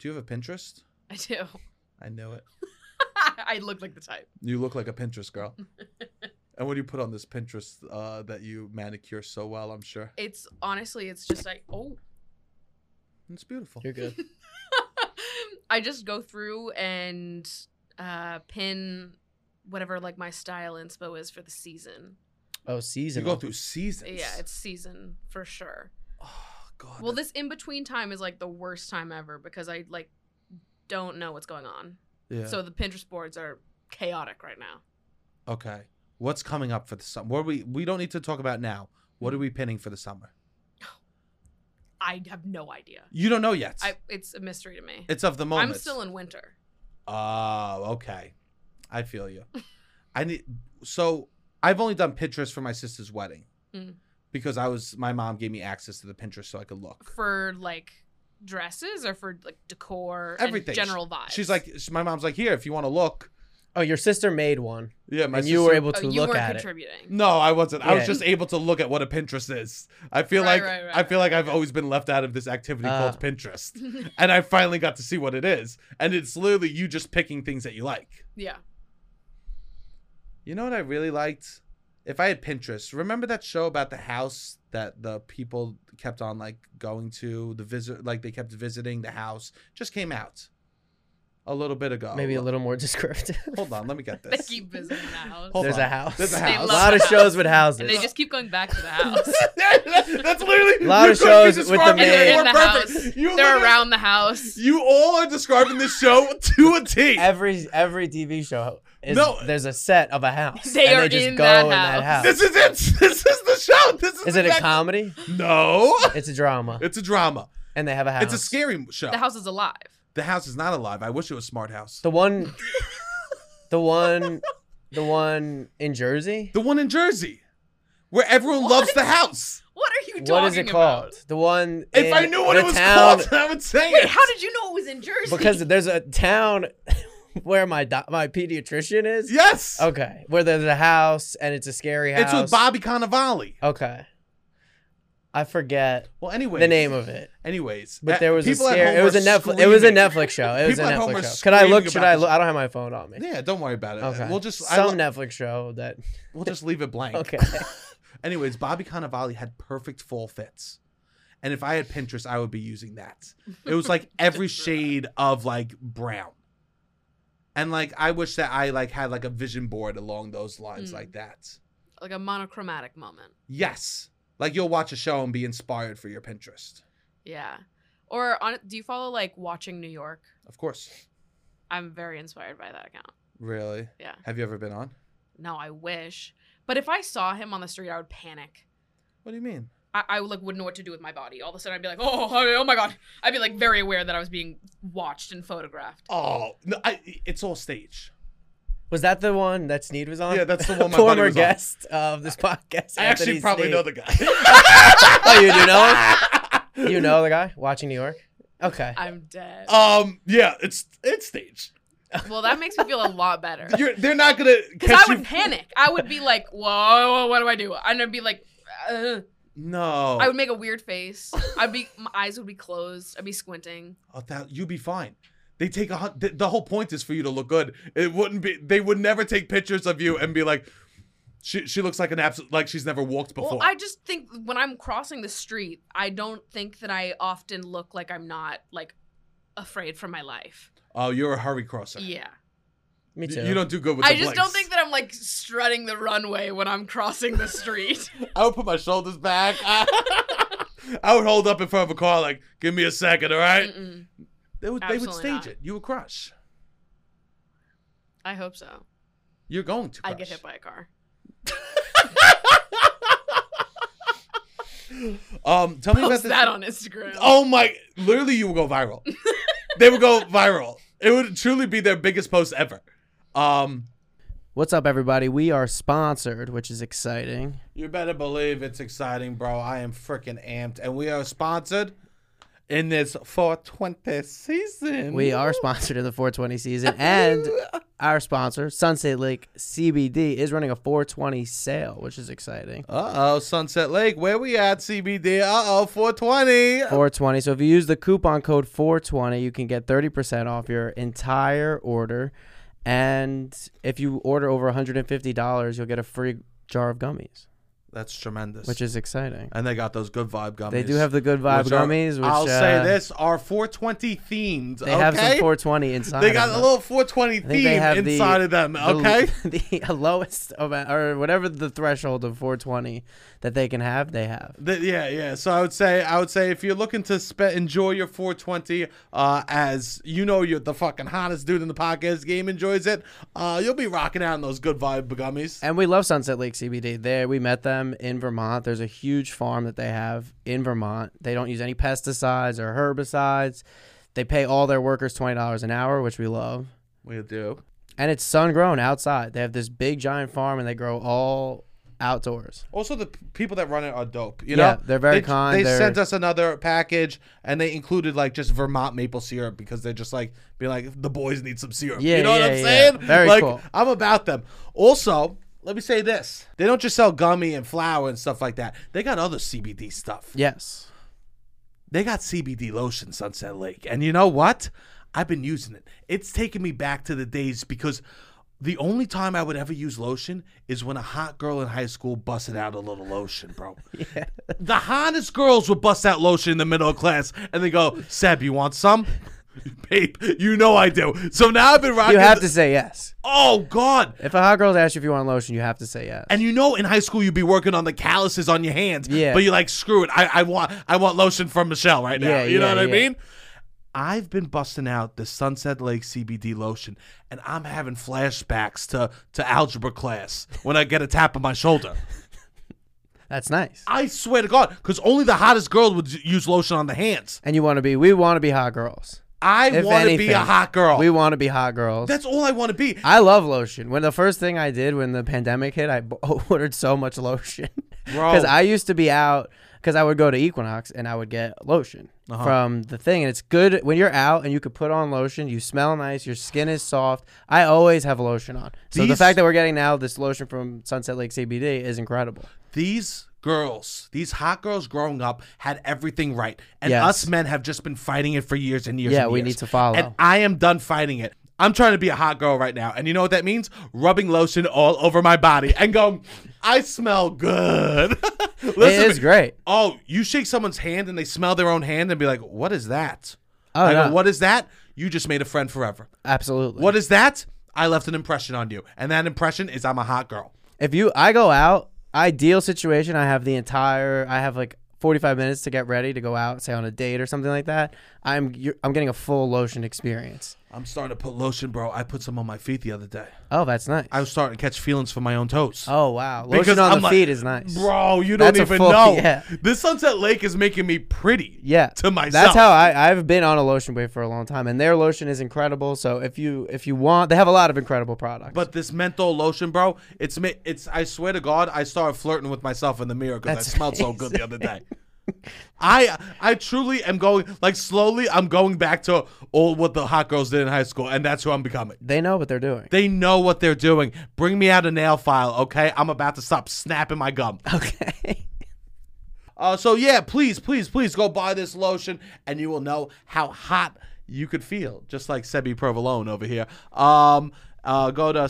S1: Do you have a Pinterest?
S3: I do.
S1: I know it.
S3: I look like the type.
S1: You look like a Pinterest girl. and what do you put on this Pinterest uh, that you manicure so well? I'm sure
S3: It's honestly, it's just like, oh,
S1: it's beautiful.
S2: You're good.
S3: I just go through and uh, pin whatever like my style inspo is for the season.
S2: Oh,
S1: You
S2: season.
S1: go through seasons.
S3: Yeah, it's season for sure.
S1: oh god.
S3: Well,
S1: that-
S3: this in between time is like the worst time ever because I like don't know what's going on.
S1: yeah.
S3: So the Pinterest boards are chaotic right now.
S1: okay. What's coming up for the summer? What are we we don't need to talk about now. What are we pinning for the summer?
S3: I have no idea.
S1: You don't know yet.
S3: I it's a mystery to me.
S1: it's of the moment.
S3: I'm still in winter.
S1: Oh, okay. I feel you. I need so I've only done Pinterest for my sister's wedding
S3: Mm.
S1: because I was my mom gave me access to the Pinterest so I could look.
S3: for like dresses or for like decor
S1: Everything.
S3: and general vibes.
S1: She's like, she- my mom's like, here if you want to look.
S2: oh, your sister made one,
S1: Yeah, my
S2: and you were
S1: sister-
S2: able
S3: oh,
S2: to
S3: you
S2: look
S3: weren't
S2: at it.
S3: contributing.
S1: No, I wasn't. I was
S2: Yeah.
S1: just able to look at what a Pinterest is. I feel
S3: Right,
S1: like
S3: right, right,
S1: I feel like
S3: right.
S1: I've always been left out of this activity
S2: Ah.
S1: called Pinterest, and I finally got to see what it is. And it's literally you just picking things that you like.
S3: Yeah.
S1: You know what I really liked? If I had Pinterest, remember that show about the house that the people kept on like going to the visit, like they kept visiting the house. Just came out a little bit ago.
S2: Maybe a little more descriptive.
S1: Hold on, let me get
S3: They
S1: this.
S3: keep visiting the house.
S1: Hold
S2: There's
S1: on.
S2: a house.
S1: There's a
S3: They
S1: house.
S3: love
S2: a lot of
S3: the
S2: shows
S3: house.
S2: with houses.
S3: and they just keep going back to the house.
S1: That's literally
S2: A lot
S1: you
S2: of
S1: couldn't
S2: shows
S1: be
S2: with the
S1: describing
S3: and they're
S1: it
S3: in the
S1: more perfect.
S3: house.
S1: You
S3: they're
S1: literally-
S3: around the house.
S1: You all are describing this show to a T.
S2: every every TV show is
S1: No.
S2: there's a set of a house.
S3: They
S2: and
S3: are
S2: they just
S3: in
S2: go
S3: that
S2: in that house.
S3: house.
S1: This is it. This is the show. This is,
S2: is it a
S1: exact-
S2: comedy?
S1: No,
S2: It's a drama.
S1: it's a drama.
S2: and they have a house.
S1: It's a scary show.
S3: The house is alive.
S1: The house is not alive. I wish it was Smart House.
S2: The one the one the one in Jersey?
S1: The one in Jersey, where everyone loves the house.
S3: What are you talking
S2: What is it
S3: about?
S2: called? The one
S1: If
S2: in
S1: I knew what
S2: the
S1: it was
S2: town-
S1: called, I would say
S3: Wait,
S1: it.
S3: how did you know it was in Jersey?
S2: Because there's a town where my do- my pediatrician is.
S1: Yes.
S2: Okay. Where there's a house and it's a scary house.
S1: It's with Bobby Cannavale.
S2: Okay. I forget
S1: Well, anyways,
S2: the name of it.
S1: Anyways,
S2: But
S1: uh,
S2: there was a
S1: people at home
S2: scare. It was
S1: are
S2: a Netflix. It was a
S1: screaming.
S2: Netflix show. It was
S1: People
S2: a
S1: at home are
S2: Netflix show. Could I look?
S1: screaming
S2: Should
S1: about
S2: I
S1: this.
S2: look? I don't have my phone on me.
S1: Yeah, don't worry about it.
S2: Okay.
S1: We'll just I
S2: some
S1: li-
S2: Netflix show that.
S1: we'll just leave it blank.
S2: Okay.
S1: Anyways, Bobby Cannavale had perfect full fits. And if I had Pinterest, I would be using that. It was like every shade of like brown. And like I wish that I like had like a vision board along those lines
S3: Mm.
S2: Hmm.
S1: like that.
S3: like a monochromatic moment.
S1: Yes. Like you'll watch a show and be inspired for your Pinterest.
S3: Yeah. Or on do you follow like watching New York?
S1: Of course.
S3: I'm very inspired by that account.
S1: Really?
S3: Yeah.
S1: Have you ever been on?
S3: No, I wish. But if I saw him on the street, I would panic.
S1: What do you mean?
S3: I, I like wouldn't know what to do with my body. All of a sudden, I'd be like, oh, oh, oh my god! I'd be like very aware that I was being watched and photographed.
S1: Oh, no, I, it's all stage.
S2: Was that the one that Sneed was on?
S1: Yeah, that's the one my buddy
S2: Former
S1: was on.
S2: guest of this podcast.
S1: I actually
S2: Anthony
S1: probably
S2: Sneed.
S1: know the guy.
S2: Oh, you do know him? You know the guy watching New York? Okay.
S3: I'm dead.
S1: Um, yeah, it's it's stage.
S3: well, that makes me feel a lot better.
S1: You're, they're not gonna
S3: Because
S1: catch
S3: I
S1: you-
S3: would panic. I would be like, whoa, what do I do? And I'd be like, Ugh.
S1: No,
S3: I would make a weird face. I'd be, my eyes would be closed. I'd be squinting.
S1: a thou- you'd be fine. They take a hun- the, the whole point is for you to look good. It wouldn't be. They would never take pictures of you and be like, she she looks like an absolute like she's never walked before.
S3: Well, I just think when I'm crossing the street, I don't think that I often look like I'm not like afraid for my life.
S1: oh, you're a hurry crosser.
S3: Yeah.
S2: Me
S1: You-
S2: too.
S1: You, don't do good with.
S3: I
S1: the
S3: just don't
S1: blinks.
S3: think that I'm like strutting the runway when I'm crossing the street.
S1: I would put my shoulders back. I, would hold up in front of a car like, give me a second, all right?
S3: Mm-mm.
S1: They would they would
S3: Mm, Absolutely
S1: stage
S3: not.
S1: it. You would crush.
S3: I hope so.
S1: You're going to. Crush.
S3: I'd get hit by a car.
S1: Um, tell me about
S3: Post
S1: this.
S3: that on Instagram.
S1: Oh my! Literally, you would go viral. they would go viral. It would truly be their biggest post ever. Um,
S2: What's up, everybody? We are sponsored, which is exciting.
S1: you better believe it's exciting, bro. I am freaking amped, and we are sponsored in this 420 season.
S2: We are sponsored in the 420 season, and our sponsor, Sunset Lake CBD, is running a 420 sale, which is exciting.
S1: Uh oh, Sunset Lake. Where we at, CBD? Uh oh, 420.
S2: 420. So if you use the coupon code 420, you can get 30% off your entire order. And if you order over $150, you'll get a free jar of gummies,
S1: That's tremendous.
S2: which is exciting.
S1: and they got those good vibe gummies.
S2: They do have the good vibe
S1: Which are-
S2: gummies, which
S1: I'll
S2: uh,
S1: say this are 420 themed.
S2: They have some
S1: okay?
S2: 420 inside.
S1: They got
S2: of
S1: a
S2: them.
S1: little 420
S2: I think they
S1: theme
S2: have the-
S1: inside of them.
S2: the-
S1: Okay.
S2: The, lowest of or whatever the threshold of 420 that they can have, they have.
S1: The- yeah, yeah. So I would say, I would say, if you're looking to spe- enjoy your 420, uh, as you know, you're the fucking hottest dude in the podcast game. Enjoys it. Uh, you'll be rocking out in those good vibe gummies.
S2: And we love Sunset Lake CBD. There, we met them in Vermont. There's a huge farm that they have in Vermont. They don't use any pesticides or herbicides. They pay all their workers twenty dollars an hour, which we love.
S1: We do.
S2: And it's sun grown outside. They have this big giant farm, and they grow all outdoors.
S1: Also, the p- people that run it are dope. You
S2: Yeah,
S1: know,
S2: they're very
S1: they,
S2: kind,
S1: They
S2: they're-
S1: sent us another package, and they included like just Vermont maple syrup because they're just like being like the boys need some syrup.
S2: Yeah,
S1: you know
S2: yeah,
S1: what I'm
S2: yeah.
S1: saying?
S2: Very
S1: like,
S2: cool.
S1: I'm about them. Also, let me say this: they don't just sell gummy and flour and stuff like that. They got other CBD stuff.
S2: Yes.
S1: They got CBD lotion, Sunset Lake. And you know what? I've been using it. It's taken me back to the days because the only time I would ever use lotion is when a hot girl in high school busted out a little lotion, bro. The hottest girls would bust out lotion in the middle of class and they go, Seb, you want some? Babe, you know I do. So now I've been rocking.
S2: You have
S1: the-
S2: to say yes.
S1: oh, God.
S2: If a hot girl's asks you if you want lotion, you have to say yes.
S1: And you know, in high school, you'd be working on the calluses on your hands.
S2: Yeah.
S1: But you're like, screw it. I, I want I want lotion from Michelle right now.
S2: Yeah,
S1: you know
S2: yeah,
S1: what I
S2: yeah.
S1: mean? I've been busting out the Sunset Lake CBD lotion, and I'm having flashbacks to to algebra class when I get a tap on my shoulder.
S2: That's nice.
S1: I swear to God, because only the hottest girl would use lotion on the hands.
S2: And you want to be? We want to be hot girls.
S1: I
S2: If
S1: want to be
S2: anything,
S1: a hot girl.
S2: We want to be hot girls.
S1: That's all I want to be.
S2: I love lotion. When the first thing I did when the pandemic hit, I b- ordered so much lotion
S1: Bro.
S2: because I used to be out because I would go to Equinox and I would get lotion
S1: Uh-huh.
S2: from the thing, and it's good when you're out and you could put on lotion. You smell nice. Your skin is soft. I always have lotion on. So the
S1: These-
S2: fact that we're getting now this lotion from Sunset Lake CBD is incredible.
S1: These girls, these hot girls growing up, had everything right, and
S2: Yes.
S1: us men have just been fighting it for years and years.
S2: Yeah,
S1: and
S2: we
S1: years.
S2: need to follow.
S1: And I am done fighting it. I'm trying to be a hot girl right now, and you know what that means? Rubbing lotion all over my body and going, I smell good. Listen
S2: It
S1: to
S2: is
S1: me.
S2: great.
S1: Oh, you shake someone's hand and they smell their own hand and be like, "What is that?"
S2: Oh,
S1: I go,
S2: no.
S1: "What is that?" You just made a friend forever.
S2: Absolutely.
S1: What is that? I left an impression on you, and that impression is I'm a hot girl.
S2: If you, I go out, ideal situation, I have the entire, I have like 45 minutes to get ready to go out, say on a date or something like that. I'm, you're, I'm getting a full lotion experience.
S1: I'm starting to put lotion, bro. I put some on my feet the other day.
S2: Oh, that's nice.
S1: I was starting to catch feelings for my own toes.
S2: oh, wow. Lotion
S1: Because
S2: on
S1: I'm
S2: the
S1: like,
S2: feet is nice.
S1: Bro, you don't
S2: That's a
S1: even
S2: full-
S1: know.
S2: yeah.
S1: This Sunset Lake is making me pretty.
S2: Yeah.
S1: To myself.
S2: That's how I, I've been on a lotion wave for a long time and their lotion is incredible. So if you, if you want, they have a lot of incredible products.
S1: But this menthol lotion, bro, it's ma- it's. I swear to God, I started flirting with myself in the mirror because I
S2: That's
S1: smelled so good the other day. I I truly am going like slowly. I'm going back to all what the hot girls did in high school, and that's who I'm becoming.
S2: they know what they're doing.
S1: They know what they're doing. Bring me out a nail file, okay? I'm about to stop snapping my gum.
S2: okay.
S1: Uh, so yeah, please, please, please go buy this lotion, and you will know how hot you could feel, just like Sebi Provolone over here. Um, uh, go to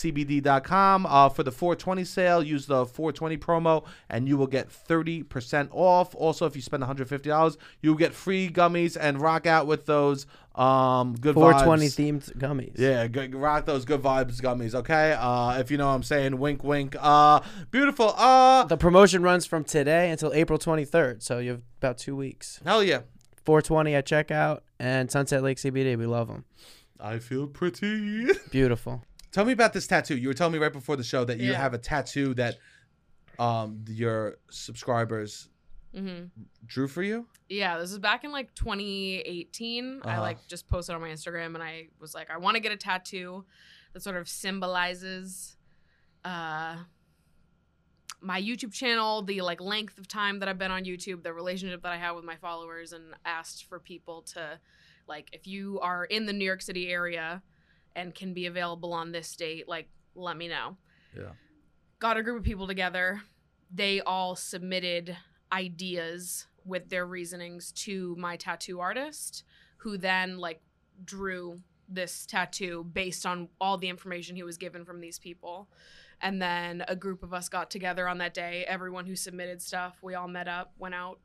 S1: sunsetlakecbd.com uh, for the 420 sale. Use the 420 promo, and you will get 30% off. Also, if you spend $150, you'll get free gummies and rock out with those um, good
S2: 420
S1: vibes.
S2: themed gummies.
S1: Yeah, g- g- rock those good vibes gummies, okay? Uh, if you know what I'm saying, wink, wink. Uh, beautiful. Uh,
S2: The promotion runs from today until April 23rd. So you have about two weeks.
S1: hell yeah.
S2: 420 at checkout and Sunset Lake CBD. We love them.
S1: I feel pretty.
S2: Beautiful.
S1: Tell me about this tattoo. You were telling me right before the show that you
S3: Yeah.
S1: have a tattoo that um your subscribers
S3: hmm
S1: drew for you.
S3: Yeah, this is back in like 2018. I
S1: Uh-huh.
S3: like just posted on my Instagram and I was like, I want to get a tattoo that sort of symbolizes uh my YouTube channel, the like length of time that I've been on YouTube, the relationship that I have with my followers and asked for people to like if you are in the New York City area and can be available on this date, like let me know.
S1: Yeah.
S3: Got a group of people together. They all submitted ideas with their reasonings to my tattoo artist who then like drew this tattoo based on all the information he was given from these people and then a group of us got together on that day everyone who submitted stuff we all met up went out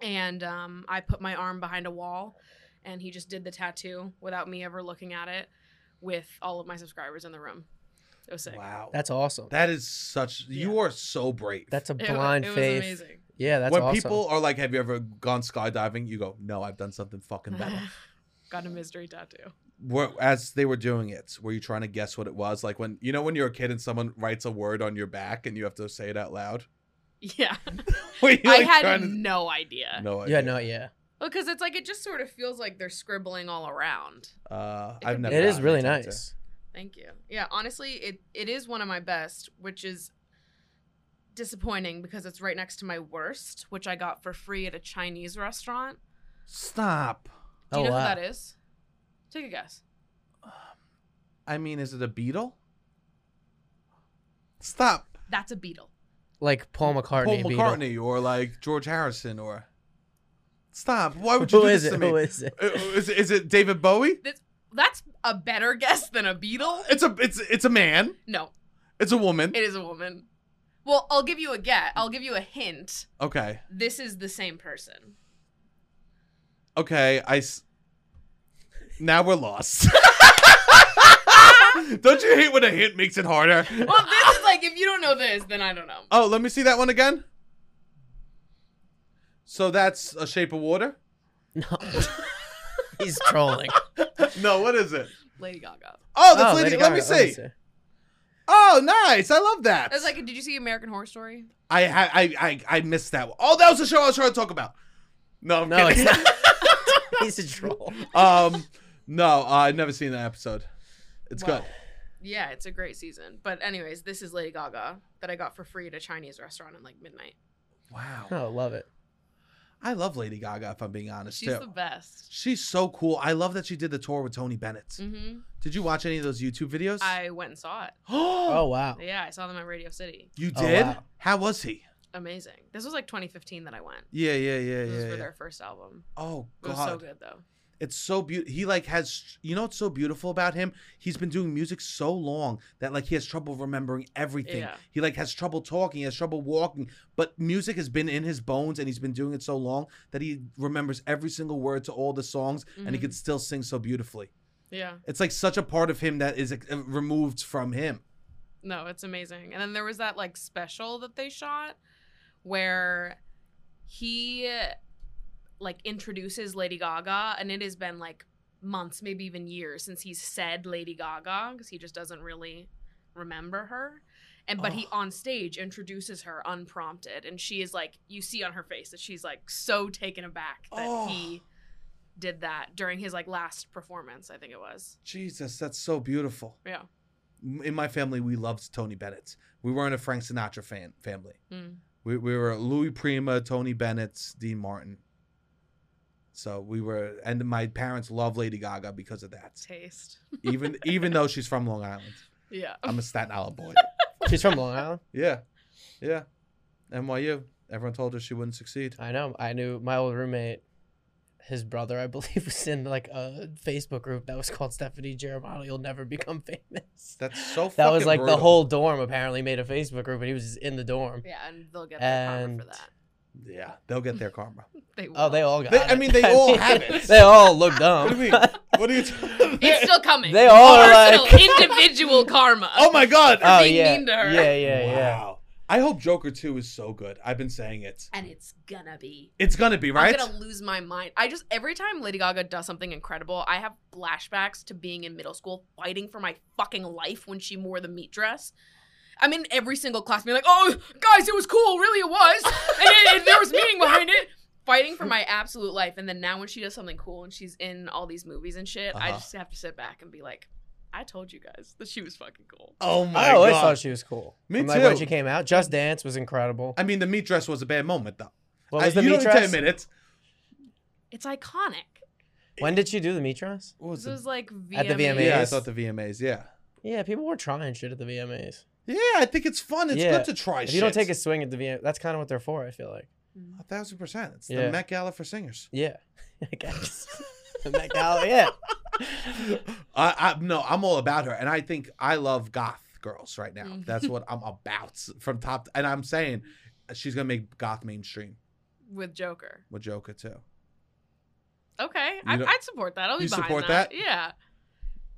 S3: and um, i put my arm behind a wall and he just did the tattoo without me ever looking at it with all of my subscribers in the room it was sick
S1: Wow.
S2: That's awesome.
S1: that is such you are so brave.
S2: That's a
S3: It wa-
S2: blind
S3: it was
S2: faith.
S3: amazing
S2: Yeah, that's
S1: when
S2: awesome.
S1: people are like, Have you ever gone skydiving? You go, No, I've done something fucking better.
S3: got a mystery tattoo
S1: were, as they were doing it, were you trying to guess what it was? Like when you know when you're a kid and someone writes a word on your back and you have to say it out loud?
S3: yeah
S1: Were you,
S3: I
S1: like,
S3: had
S1: trying to-
S3: no idea.
S1: no idea.
S2: yeah, no, yeah.
S3: Because it's like it just sort of feels like they're scribbling all around.
S1: Uh,
S3: It
S1: I've
S3: could
S1: never
S3: be
S2: It is
S1: gotten a
S2: really
S1: tattoo.
S2: nice.
S3: Thank you. Yeah, honestly, it it is one of my best, which is disappointing because it's right next to my worst, which I got for free at a Chinese restaurant.
S1: Stop.
S3: Do you
S2: Oh,
S3: know
S2: wow.
S3: who that is? Take a guess.
S1: I mean, is it a beetle? Stop.
S3: That's a beetle.
S2: Like Paul McCartney.
S1: Paul
S2: Beatle.
S1: McCartney or like George Harrison or stop. Why would you
S2: Who
S1: do
S2: is
S1: this
S2: it?
S1: to me?
S2: Who is it?
S1: Uh, is it? Is it David Bowie?
S3: That's that's a better guess than a beetle.
S1: It's a it's it's a man.
S3: No,
S1: It's a woman.
S3: it is a woman. Well, I'll give you a get. I'll give you a hint.
S1: Okay.
S3: This is the same person.
S1: Okay. I. S- now we're lost. Don't you hate when a hint makes it harder?
S3: Well, this is like if you don't know this, then I don't know.
S1: Oh, let me see that one again. So that's a shape of water.
S2: No. He's trolling.
S1: No, what is it?
S3: Lady Gaga.
S1: Oh, that's
S2: Oh,
S1: Lady.
S2: Lady
S1: let me
S2: Gaga. Let
S1: see. Oh, nice. I love that.
S3: It's like, did you see American Horror Story?
S1: I, ha- I I I missed that one. Oh, that was the show I was trying to talk about. No, I'm
S2: No, it's
S1: kidding.
S2: not. He's a troll.
S1: um, no, uh, I've never seen that episode. It's
S3: Wow.
S1: good.
S3: Yeah, it's a great season. But anyways, this is Lady Gaga that I got for free at a Chinese restaurant at like midnight.
S1: Wow.
S2: Oh, love it.
S1: I love Lady Gaga. If I'm being honest,
S3: She's
S1: too.
S3: the best.
S1: She's so cool. I love that she did the tour with Tony Bennett.
S3: hmm
S1: Did you watch any of those YouTube videos?
S3: I went and saw it.
S2: Oh
S1: oh,
S2: wow.
S3: Yeah, I saw them at Radio City.
S1: you
S2: Oh,
S1: did.
S2: wow.
S1: How was he?
S3: Amazing. This was like 2015 that I went.
S1: Yeah, yeah, yeah,
S3: This
S1: yeah.
S3: was for
S1: yeah.
S3: their first album.
S1: Oh
S3: It
S1: god,
S3: was so good though.
S1: it's so beautiful. He like has, you know, what's so beautiful about him? He's been doing music so long that like he has trouble remembering everything.
S3: Yeah.
S1: He like has trouble talking, he has trouble walking, but music has been in his bones, and he's been doing it so long that he remembers every single word to all the songs, and he
S3: Mhm.
S1: can still sing so beautifully.
S3: Yeah.
S1: It's like such a part of him that is like, removed from him.
S3: No, it's amazing. And then there was that like special that they shot where he like introduces Lady Gaga and it has been like months, maybe even years since he's said Lady Gaga cuz he just doesn't really remember her. And but he
S1: Oh.
S3: on stage introduces her unprompted and she is like you see on her face that she's like so taken aback that
S1: Oh.
S3: he did that during his like last performance, I think it was.
S1: Jesus, that's so beautiful.
S3: Yeah.
S1: M- In my family, we loved Tony Bennett. We weren't a Frank Sinatra fan family.
S3: Mm.
S1: We, we were Louis Prima, Tony Bennett, Dean Martin. So we were, and my parents love Lady Gaga because of that.
S3: Taste.
S1: Even even though she's from Long Island,
S3: Yeah.
S1: I'm a Staten Island boy.
S2: She's from Long Island.
S1: Yeah, yeah. NYU. Everyone told her she wouldn't succeed.
S2: I know. I knew my old roommate, his brother, I believe, was in like a Facebook group that was called Stephanie Germano. You'll never become famous.
S1: That's so.
S2: That was
S1: fucking
S2: like
S1: brutal.
S2: the whole dorm apparently made a Facebook group, and he was just in the dorm.
S3: Yeah, and they'll get their karma
S2: And-
S3: for that.
S1: Yeah, they'll get their karma.
S3: They will.
S2: Oh, they all got.
S1: They- I
S2: it.
S1: mean, they all have it.
S2: They all look dumb.
S1: What do you mean? What do you?
S3: It's still coming.
S2: They all are
S3: Personal,
S2: like-
S3: individual karma.
S1: oh my god!
S2: oh
S3: being
S2: yeah,
S3: mean to her.
S2: yeah, yeah, yeah.
S1: Wow. I hope Joker Two is so good. I've been saying it.
S3: And it's gonna be.
S1: It's gonna be right.
S3: I'm gonna lose my mind. I just every time Lady Gaga does something incredible, I have flashbacks to being in middle school fighting for my fucking life when she wore the meat dress. I'm in every single class being like, "Oh, guys, it was cool. Really, it was. And, it- it- there was meaning behind it." Fighting for my absolute life, and then now when she does something cool and she's in all these movies and shit, I
S1: Uh-huh.
S3: just have to sit back and be like, "I told you guys that she was fucking cool."
S1: Oh my
S2: I always
S1: god!
S2: thought she was cool.
S1: Me
S2: From, like, when
S1: too.
S2: she came out, Just Dance was incredible.
S1: I mean, the meat dress was a bad moment though.
S2: What
S1: I-
S2: was the
S1: you
S2: meat
S1: don't have to
S2: dress?
S1: admit it.
S3: It's iconic.
S2: When did she do the meat dress?
S1: What
S3: This was like VMAs.
S2: At the VMAs.
S1: yeah, I
S2: VMAs.
S1: thought the VMAs. Yeah,
S2: Yeah, people were trying shit at the VMAs.
S1: yeah. I think it's fun. It's
S2: Yeah.
S1: good to try.
S2: If you don't
S1: shit.
S2: take a swing at the VM, that's kind of what they're for. I feel like.
S1: a thousand percent, it's the
S2: Yeah.
S1: Met Gala for singers.
S2: Yeah, I guess. The Met Gala, yeah.
S1: I, I no, I'm all about her, and I think I love goth girls right
S3: Mm-hmm.
S1: now. That's what I'm about from top. and I'm saying uh, she's gonna make goth mainstream
S3: with Joker.
S1: with Joker too.
S3: Okay,
S1: You
S3: I,
S1: don't-
S3: I'd support that. I'll be
S1: You
S3: behind
S1: support
S3: that.
S1: that?
S3: Yeah,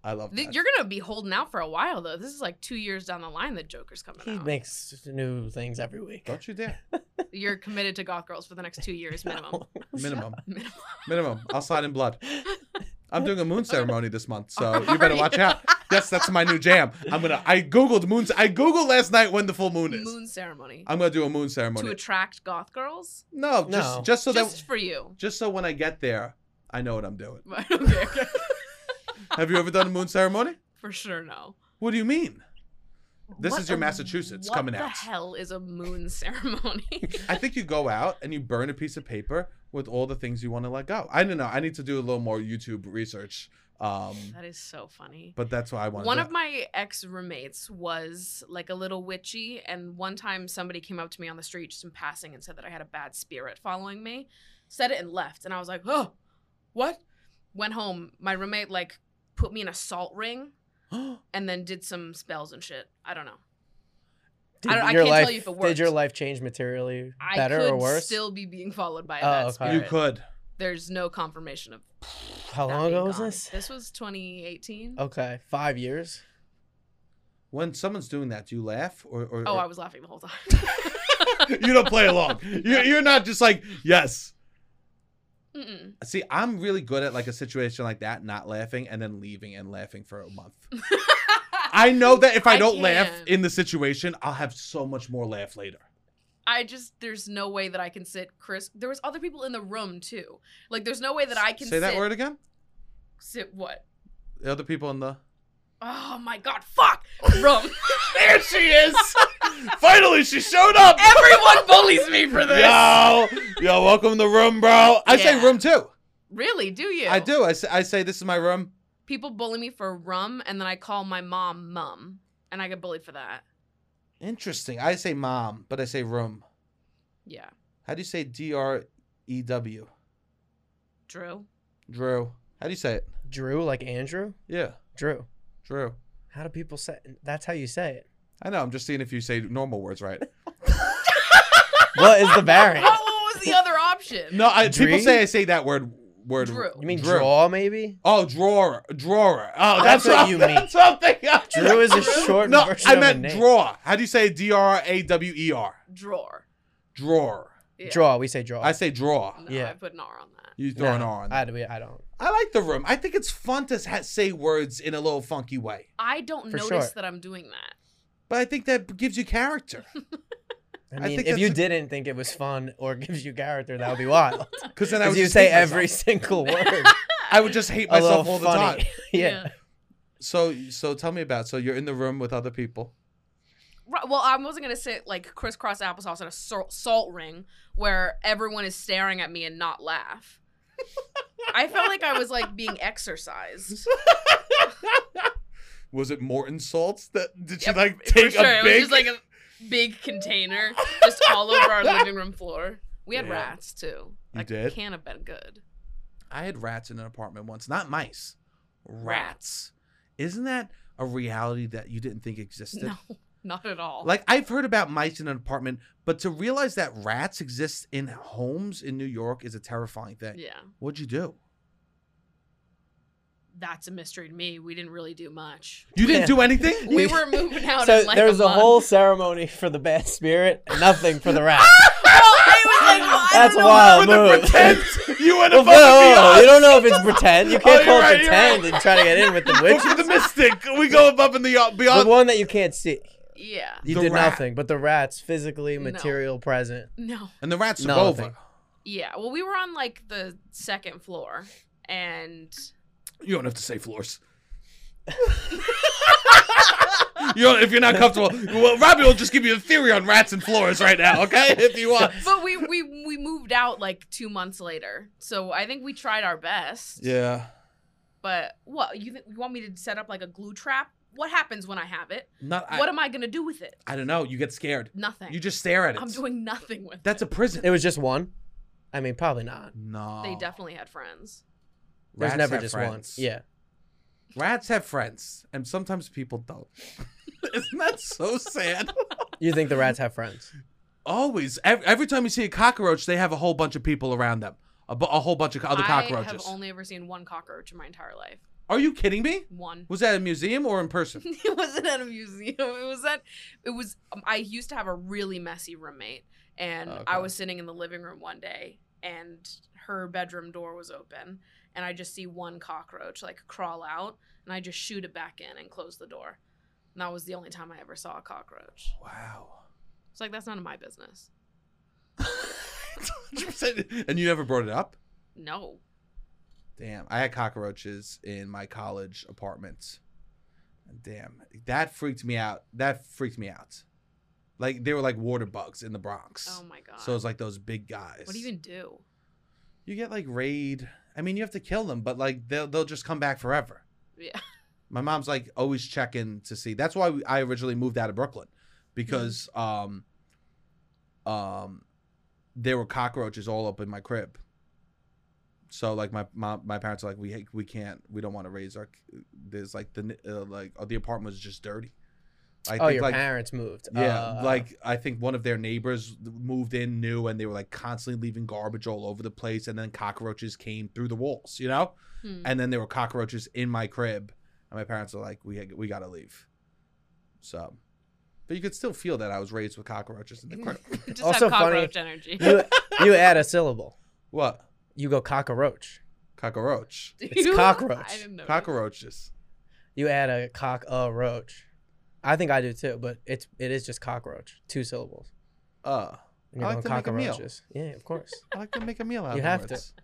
S1: I love
S3: Th-
S1: that.
S3: you're gonna be holding out for a while though. This is like two years down the line that Joker's coming
S2: He
S3: out.
S2: makes new things every week.
S1: Don't you dare.
S3: You're committed to Goth Girls for the next two years minimum.
S1: Minimum.
S3: Minimum.
S1: Minimum. I'll sign in blood. I'm doing a moon ceremony this month, so
S3: Are
S1: you better
S3: you?
S1: watch out. Yes, that's my new jam. I'm gonna. I googled moons. I googled last night when the full moon is.
S3: Moon ceremony
S1: I'm gonna do a moon
S3: to
S1: ceremony.
S3: attract Goth Girls
S1: no, just
S2: No.
S1: just so
S3: just
S1: that
S3: for you.
S1: just so when I get there, I know what I'm doing.
S3: But- okay, okay.
S1: Have you ever done a moon ceremony?
S3: for sure, no.
S1: What do you mean? This
S3: is
S1: is your Massachusetts coming
S3: What
S1: out.
S3: the hell is a moon ceremony?
S1: I think you go out and you burn a piece of paper with all the things you want to let go. I don't know. I need to do a little more YouTube research. Um,
S3: that is so funny.
S1: but that's what I want.
S3: One
S1: do.
S3: of my ex roommates was like a little witchy, and one time somebody came up to me on the street just in passing and said that I had a bad spirit following me, said it and left, and I was like, oh, what? Went home. My roommate like put me in a salt ring and then did some spells and shit. I don't know.
S2: Did
S3: don't- I
S2: your
S3: can't tell
S2: life,
S3: you if it
S2: Did your
S3: worked.
S2: life change materially
S3: I
S2: better
S3: could
S2: or worse?
S3: still be being followed by a
S2: Oh,
S3: bad
S2: okay.
S3: spirit.
S1: you could.
S3: There's no confirmation of.
S2: How
S3: that
S2: long
S3: being
S2: ago was
S3: gone.
S2: this? Oh.
S3: This was 2018.
S2: Okay, five years.
S1: When someone's doing that, do you laugh or? or
S3: Oh,
S1: or-
S3: I was laughing the whole time.
S1: you don't play along. You, you're not just like yes.
S3: Mm-mm.
S1: See, I'm really good at like a situation like that, not laughing and then leaving and laughing for a month. I know that if I
S3: I
S1: don't laugh
S3: can't.
S1: in the situation, I'll have so much more laugh later.
S3: I just there's no way that I can sit Chris. There was other people in the room too. Like there's no way that I can
S1: say that
S3: sit-
S1: word again.
S3: Sit what?
S1: The other people in the
S3: Oh my god! Fuck! Room.
S1: there she is. Finally, she showed up.
S3: Everyone bullies me for this.
S1: Yo, yo, welcome to the room, bro. I say
S3: Yeah.
S1: room too.
S3: Really? Do you?
S1: I do. I say, I say this is my room.
S3: People bully me for rum, and then I call my mom mum, and I get bullied for that.
S1: Interesting. I say mom, but I say room.
S3: Yeah,
S1: How do you say D R E W?
S3: Drew.
S1: Drew. How do you say it?
S2: Drew, like Andrew?
S1: Yeah,
S2: Drew.
S1: Drew.
S2: How do people say that's how you say it?
S1: I know. I'm just seeing if you say normal words right.
S2: What is the variant?
S3: What, Oh, what was the other option?
S1: No, I, people
S2: Dree?
S1: say I say that word. Word.
S3: Drew.
S2: You mean
S1: Drew.
S2: draw maybe?
S1: Oh, drawer, drawer. Oh, that's,
S2: That's what
S1: I'm-
S2: you mean.
S1: That's what I'm thinking.
S2: Drew is a short
S1: No,
S2: version
S1: I
S2: of a
S1: meant
S2: name.
S1: draw. How do you say D R A W E R?
S3: Drawer.
S1: Drawer.
S3: Yeah.
S2: Draw, we say draw.
S1: I say draw.
S3: No,
S2: Yeah.
S3: I put an R on that.
S1: You throw an
S2: No,
S1: R on.
S2: I,
S1: that.
S2: do- I don't.
S1: I like the room. I think it's fun to ha- say words in a little funky way,
S3: I don't
S2: For
S3: notice
S2: sure.
S3: that I'm doing that.
S1: but I think that gives you character.
S2: I
S1: I
S2: mean,
S1: think
S2: if you
S1: that's a-
S2: didn't think it was fun or gives you character, that would be wild.
S1: Because then I would
S2: Because you
S1: just
S2: say
S1: hate myself.
S2: every single word.
S1: I would just hate
S2: a little
S1: myself all the
S2: funny.
S1: time.
S2: yeah.
S1: So, so tell me about. So you're in the room with other people.
S3: Right, well, I wasn't gonna sit like crisscross applesauce in a sal- salt ring where everyone is staring at me and not laugh. I felt like I was like being exercised.
S1: Was it Morton salts that did you
S3: Yeah,
S1: like
S3: for
S1: take
S3: sure.
S1: a big?
S3: It was just like a big container just all over our living room floor. We had
S1: Yeah.
S3: rats too.
S1: You
S3: Like,
S1: did?
S3: Can't have been good.
S1: I had rats in an apartment once, not mice, rats.
S3: Rats.
S1: Isn't that a reality that you didn't think existed?
S3: No, not at all.
S1: Like I've heard about mice in an apartment, but to realize that rats exist in homes in New York is a terrifying thing.
S3: yeah,
S1: What'd you do?
S3: that's a mystery to me. We didn't really do much.
S1: You didn't do anything.
S3: We were moving out.
S2: So
S3: in, like,
S2: there was a,
S3: month.
S2: whole ceremony for the bad spirit, and nothing for the rat. That's
S3: know
S2: wild
S1: The
S2: move.
S1: pretend you went
S2: Well,
S1: above
S2: no, you
S1: and
S2: don't know if it's pretend. You can't
S1: Oh,
S2: call
S1: you're right,
S2: it
S1: you're
S2: pretend
S1: right.
S2: and try to get in with the
S1: beyond. Look
S2: witch.
S1: for the mystic. We go above and the
S2: The
S1: beyond.
S2: one that you can't see.
S3: Yeah.
S2: You
S1: The
S2: did
S1: rat.
S2: nothing, but the rat's physically
S3: No.
S2: material present.
S3: No.
S1: And the rats took
S2: Nothing.
S1: over.
S3: Yeah. Well, we were on like the second floor, and
S1: You don't have to say floors. you don't, if you're not comfortable, well, Robbie will just give you a theory on rats and floors right now, okay? If you want.
S3: but we we we moved out like two months later. So I think we tried our best.
S1: Yeah.
S3: But what you think you want me to set up like a glue trap? What happens when I have it?
S1: Not. I,
S3: what am I gonna do with it?
S1: I don't know. You get scared.
S3: Nothing.
S1: You just stare at it.
S3: I'm doing nothing with
S1: That's a
S2: It
S1: prison.
S2: was just one. I mean, probably not.
S1: No.
S3: it. They definitely had friends.
S2: There's
S1: Rats
S2: never
S1: have
S2: just
S1: friends.
S2: one. Yeah.
S1: Rats have friends, and sometimes people don't. Isn't that so sad?
S2: You think the rats have friends?
S1: Always. Every, every time you see a cockroach, they have a whole bunch of people around them. A, bu- a whole bunch of other
S3: I
S1: cockroaches.
S3: have only ever seen one cockroach in my entire life.
S1: Are you kidding me?
S3: One.
S1: Was that at a museum or in person?
S3: it wasn't at a museum. It was at. It was. Um, I used to have a really messy roommate, and
S1: Oh, Okay.
S3: I was sitting in the living room one day, and her bedroom door was open, and I just see one cockroach like crawl out, and I just shoot it back in and close the door. And that was the only time I ever saw a cockroach.
S1: Wow.
S3: It's like that's none of my business.
S1: 100%. and you never brought it up?
S3: No.
S1: Damn. I had cockroaches in my college apartment. Damn. That freaked me out. That freaked me out. Like they were like water bugs in the Bronx.
S3: Oh my god.
S1: So it's like those big guys.
S3: what do you even do?
S1: You get like raid. I mean, you have to kill them, but like they'll they'll just come back forever.
S3: Yeah.
S1: My mom's like always checking to see. That's why we- I originally moved out of Brooklyn because um um there were cockroaches all up in my crib. So like my my, my parents are like we we can't we don't want to raise our there's like the uh, like oh, the apartment was just dirty. I
S2: oh, your
S1: like
S2: parents moved.
S1: yeah,
S2: Uh,
S1: like I think one of their neighbors moved in new and they were like constantly leaving garbage all over the place and then cockroaches came through the walls, you know?
S3: Hmm.
S1: And then there were cockroaches in my crib and my parents are like we we got to leave. So but you could still feel that I was raised with cockroaches in the crib.
S3: Just
S2: Also
S3: have
S2: funny-
S3: cockroach energy.
S2: you, you add a syllable.
S1: what?
S2: you go cockroach.
S1: Cockroach.
S2: It's cockroach.
S3: I didn't know.
S1: Cockroaches.
S2: You add a cock a roach. I think I do too, but it's it is just cockroach, two syllables.
S1: Uh,
S2: And
S1: I like
S2: you're going
S1: to make a meal.
S2: cockroaches. Yeah, of course.
S1: I like to make a meal out
S2: You
S1: of
S2: have to.
S1: words.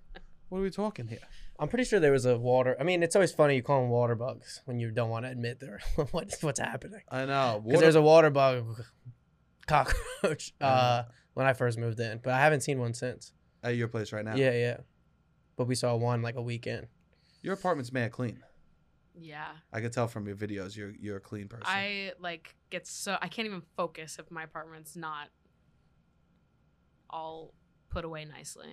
S1: What are we talking here?
S2: I'm pretty sure there was a water. I mean, it's always funny you call them water bugs when you don't want to admit they're what's what's happening.
S1: I know.
S2: Because there's a water bug cockroach uh, when I first moved in, but I haven't seen one since.
S1: at your place right now.
S2: Yeah, yeah. But we saw one like a weekend.
S1: Your apartment's mad clean.
S3: Yeah.
S1: I could tell from your videos you're you're a clean person.
S3: I like get so I can't even focus if my apartment's not all put away nicely.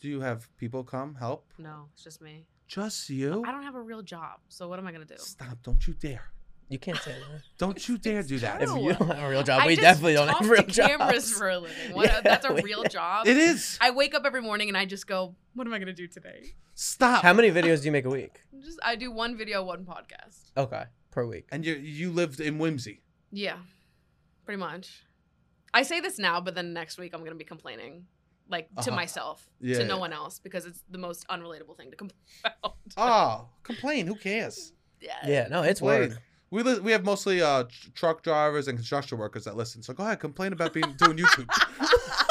S1: Do you have people come help?
S3: No, it's just me.
S1: Just you?
S3: I don't have a real job, so what am I gonna do?
S1: Stop! Don't you dare!
S2: You can't say that.
S1: Don't you dare do that!
S2: If
S3: No.
S2: you don't have a real job,
S3: I
S2: we
S3: just
S2: definitely don't
S3: talk
S2: have real
S3: to
S2: jobs.
S3: cameras for a living. What
S2: Yeah,
S3: a, that's a
S2: we-
S3: real job.
S1: It is.
S3: I wake up every morning and I just go, "What am I gonna do today?"
S1: Stop!
S2: How many videos do you make a week?
S3: Just I do one video, one podcast.
S2: Okay, per week.
S1: and you you lived in Whimsy.
S3: Yeah, pretty much. I say this now, but then next week I'm gonna be complaining, like to
S1: Uh-huh.
S3: myself,
S1: Yeah,
S3: to no
S1: yeah.
S3: one else, because it's the most unrelatable thing to complain about.
S1: Oh, complain. Who cares?
S2: Yeah, no, it's
S1: Complain.
S2: word.
S1: We li- we have mostly uh, tr- truck drivers and construction workers that listen. So go ahead, complain about being doing YouTube.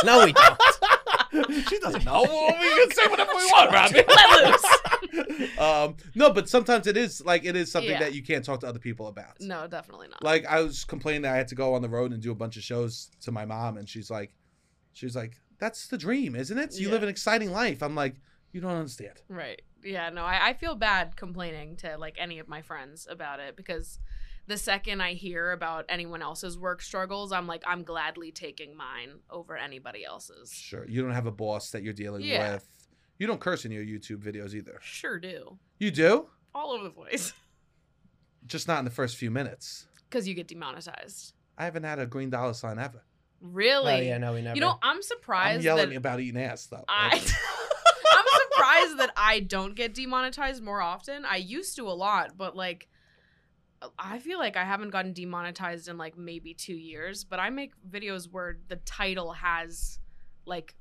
S2: No, we don't.
S1: she doesn't know. we can say whatever we want, Robbie.
S3: Let loose.
S1: um, no, but sometimes it is like it is something
S3: Yeah.
S1: that you can't talk to other people about.
S3: No, definitely not.
S1: Like I was complaining that I had to go on the road and do a bunch of shows to my mom, and she's like, she's like, that's the dream, isn't it? You live
S3: Yeah.
S1: an exciting life. I'm like, you don't understand.
S3: right. Yeah, no, I, I feel bad complaining to like any of my friends about it because the second I hear about anyone else's work struggles, I'm like, I'm gladly taking mine over anybody else's.
S1: Sure, you don't have a boss that you're dealing
S3: Yeah.
S1: with. You don't curse in your YouTube videos either.
S3: Sure do.
S1: You do,
S3: All over the place.
S1: just not in the first few minutes.
S3: Because you get demonetized.
S1: I haven't had a green dollar sign ever.
S3: Really?
S2: Oh yeah, no, we never.
S3: You know, I'm
S1: I'm
S3: surprised
S1: yelling
S3: that
S1: about eating ass though.
S3: I. I'm surprised that I don't get demonetized more often. I used to a lot, but like, I feel like I haven't gotten demonetized in like maybe two years. But I make videos where the title has like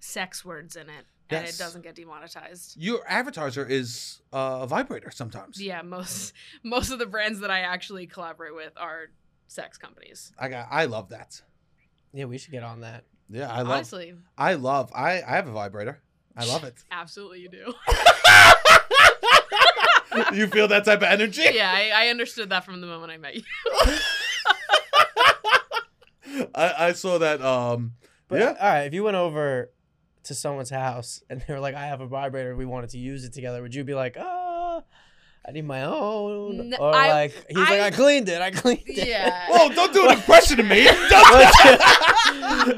S3: sex words in it, and
S1: Yes.
S3: it doesn't get demonetized.
S1: your advertiser is uh, a vibrator sometimes.
S3: Yeah, most most of the brands that I actually collaborate with are sex companies.
S1: I got. I love that.
S2: yeah, we should get on that.
S1: Yeah, I love.
S3: Honestly,
S1: I love. I I have a vibrator. I love it.
S3: absolutely, you do.
S1: you feel that type of energy?
S3: yeah, I, I understood that from the moment I met you.
S1: I, I saw that. Um,
S2: But
S1: Yeah.
S2: all right, if you went over to someone's house and they were like, "I have a vibrator, we wanted to use it together," would you be like, "Ah, I need my own,"
S3: N-
S2: or
S3: I-
S2: like, "He's like,
S3: I-
S2: I cleaned it, I cleaned it."
S3: Yeah.
S1: whoa, don't do an impression of me.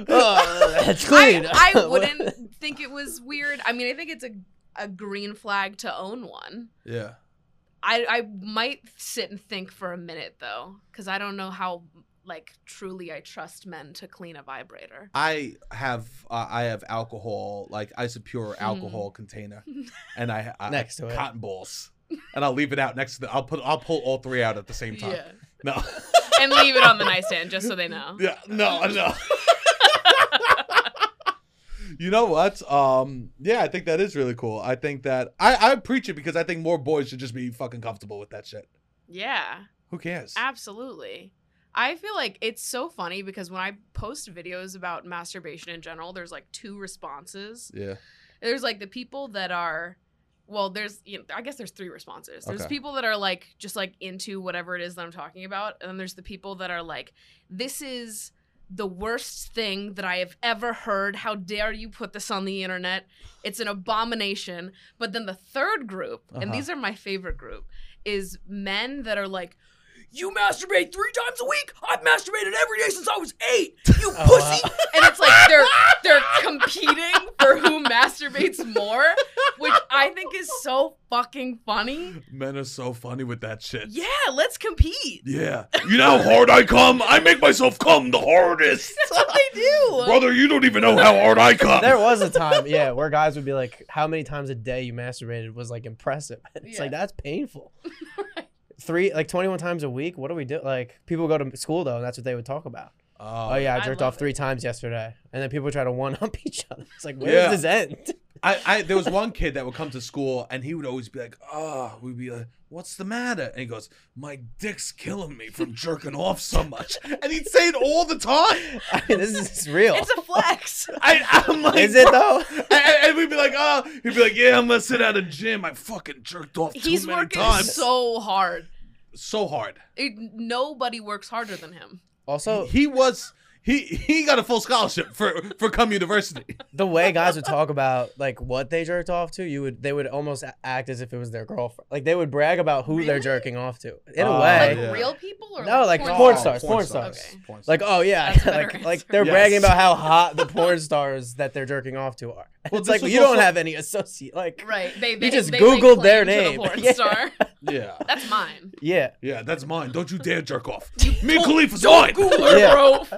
S2: oh, that's clean.
S3: I, I
S2: What-
S3: wouldn't think it was weird. I mean, I think it's a a green flag to own one.
S1: yeah.
S3: I I might sit and think for a minute though, because I don't know how like truly I trust men to clean a vibrator.
S1: I have uh, I have alcohol like isopure alcohol container, and I, I
S2: Hmm. Next to it.
S1: cotton balls, and I'll leave it out next to the. I'll put I'll pull all three out at the same time.
S3: Yeah,
S1: No,
S3: and leave it on the nightstand just so they know.
S1: yeah, no, no. you know what? Um, yeah, I think that is really cool. I think that I I preach it because I think more boys should just be fucking comfortable with that shit.
S3: Yeah,
S1: Who cares?
S3: absolutely. I feel like it's so funny because when I post videos about masturbation in general, there's like two responses.
S1: yeah.
S3: there's like the people that are well there's you know, i guess there's three responses there's
S1: Okay.
S3: people that are like just like into whatever it is that i'm talking about and then there's the people that are like this is the worst thing that i have ever heard how dare you put this on the internet it's an abomination but then the third group and
S1: Uh-huh.
S3: these are my favorite group is men that are like you masturbate three times a week i've masturbated every day since i was eight you
S2: Oh,
S3: pussy
S2: wow.
S3: and it's like they're they're competing for who masturbates more, which I think is so fucking funny.
S1: Men are so funny with that shit.
S3: Yeah, let's compete.
S1: Yeah. You know how hard I come? I make myself come the hardest.
S3: That's what they do.
S1: Brother, you don't even know how hard I come.
S2: There was a time, yeah, where guys would be like, "How many times a day you masturbated was like impressive." It's like
S3: Yeah.
S2: that's painful. Three, like twenty-one times a week. What do we do? Like people go to school though, and that's what they would talk about. Oh, yeah, I
S3: I
S2: jerked
S3: love
S2: off three times yesterday, and then people try to one up each other. It's like, where
S1: Yeah.
S2: does this end?
S1: I, I there was one kid that would come to school and he would always be like, "Oh, we'd be like, what's the matter?" And he goes, "My dick's killing me from jerking off so much," and he'd say it all the time.
S2: I mean, this is real.
S3: It's a flex.
S1: I, I'm like,
S2: is it though?
S1: And, and we'd be like, "Oh," he'd be like, "Yeah, I'm gonna sit at a gym. I fucking jerked off too
S3: He's
S1: many
S3: working
S1: times,
S3: so hard.
S1: so hard."
S3: It, nobody works harder than him.
S2: Also,
S1: He was. He, he got a full scholarship for, for Cum University.
S2: the way guys would talk about like what they jerked off to, you would they would almost a- act as if it was their girlfriend. Like they would brag about who they're
S3: Really?
S2: jerking off to. In
S1: Oh,
S2: a
S3: Like
S2: way,
S1: yeah.
S3: real people or
S2: No, like
S3: porn
S2: porn
S1: Oh,
S2: stars, porn stars.
S3: Okay.
S1: Porn stars.
S2: like oh yeah,
S3: That's a better
S2: like like
S3: answer.
S2: they're
S1: Yes.
S2: bragging about how hot the porn stars that they're jerking off to are.
S1: Well,
S2: it's
S1: this
S2: like
S1: was
S2: you don't
S1: also-
S2: have any associate like
S3: Right. They, they
S2: just
S3: they
S2: Googled
S3: lay
S2: their
S3: claim to the
S2: name.
S3: porn
S2: Yeah.
S3: star.
S1: yeah,
S3: That's mine.
S2: yeah.
S1: yeah, that's mine. Don't you dare jerk off. Me and Khalifa's mine.
S2: Yeah.
S3: Bro,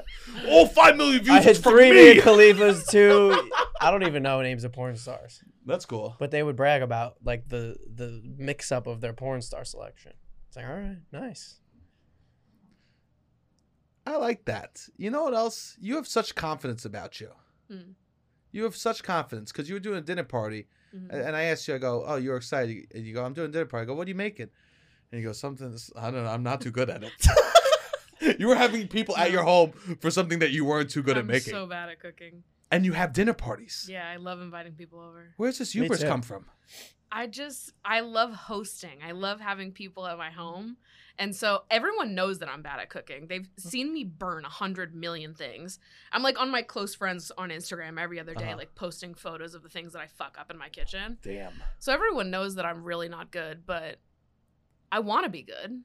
S1: All five million views
S2: I had
S1: was from
S2: three
S1: me.
S2: Mia Khalifas, two. I don't even know names of porn stars,
S1: That's cool.
S2: but they would brag about like the the mix up of their porn star selection. It's like all right, nice.
S1: I like that. You know what else? You have such confidence about you.
S3: Hmm.
S1: You have such confidence because you were doing a dinner party,
S3: Mhm.
S1: and, and I asked you. I go, "Oh, you're excited?" And you go, "I'm doing a dinner party." I go, "What are you making?" And you go, "Something. that's- I don't know. I'm not too good at it." you were having people at your home for something that you weren't too good
S3: I'm
S1: at making,
S3: so bad at cooking.
S1: and you have dinner parties.
S3: Yeah, I love inviting people over.
S1: Where's this
S2: Me
S1: hubris
S2: too.
S1: come from?
S3: I just I love hosting. I love having people at my home. And so everyone knows that I'm bad at cooking. They've seen me burn a hundred million things. I'm like on my close friends on Instagram every other day,
S1: Uh-huh.
S3: like posting photos of the things that I fuck up in my kitchen.
S1: Damn.
S3: So everyone knows that I'm really not good, but I wanna be good.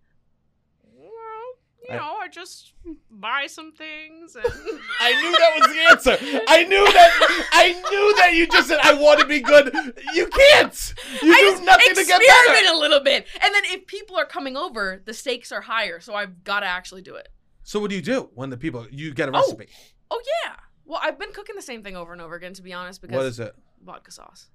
S3: Well, you
S1: I-
S3: know, I just buy some things and
S1: I knew that was the answer. I knew that. I knew that you just said I want to be good. You can't. You
S3: I
S1: do
S3: just
S1: nothing to get
S3: experiment
S1: better.
S3: a little bit, and then if people are coming over, the stakes are higher. So I've got to actually do it.
S1: So what do you do when the people you get a
S3: Oh,
S1: recipe?
S3: Oh yeah. Well, I've been cooking the same thing over and over again, to be honest. Because
S1: what is it?
S3: vodka sauce?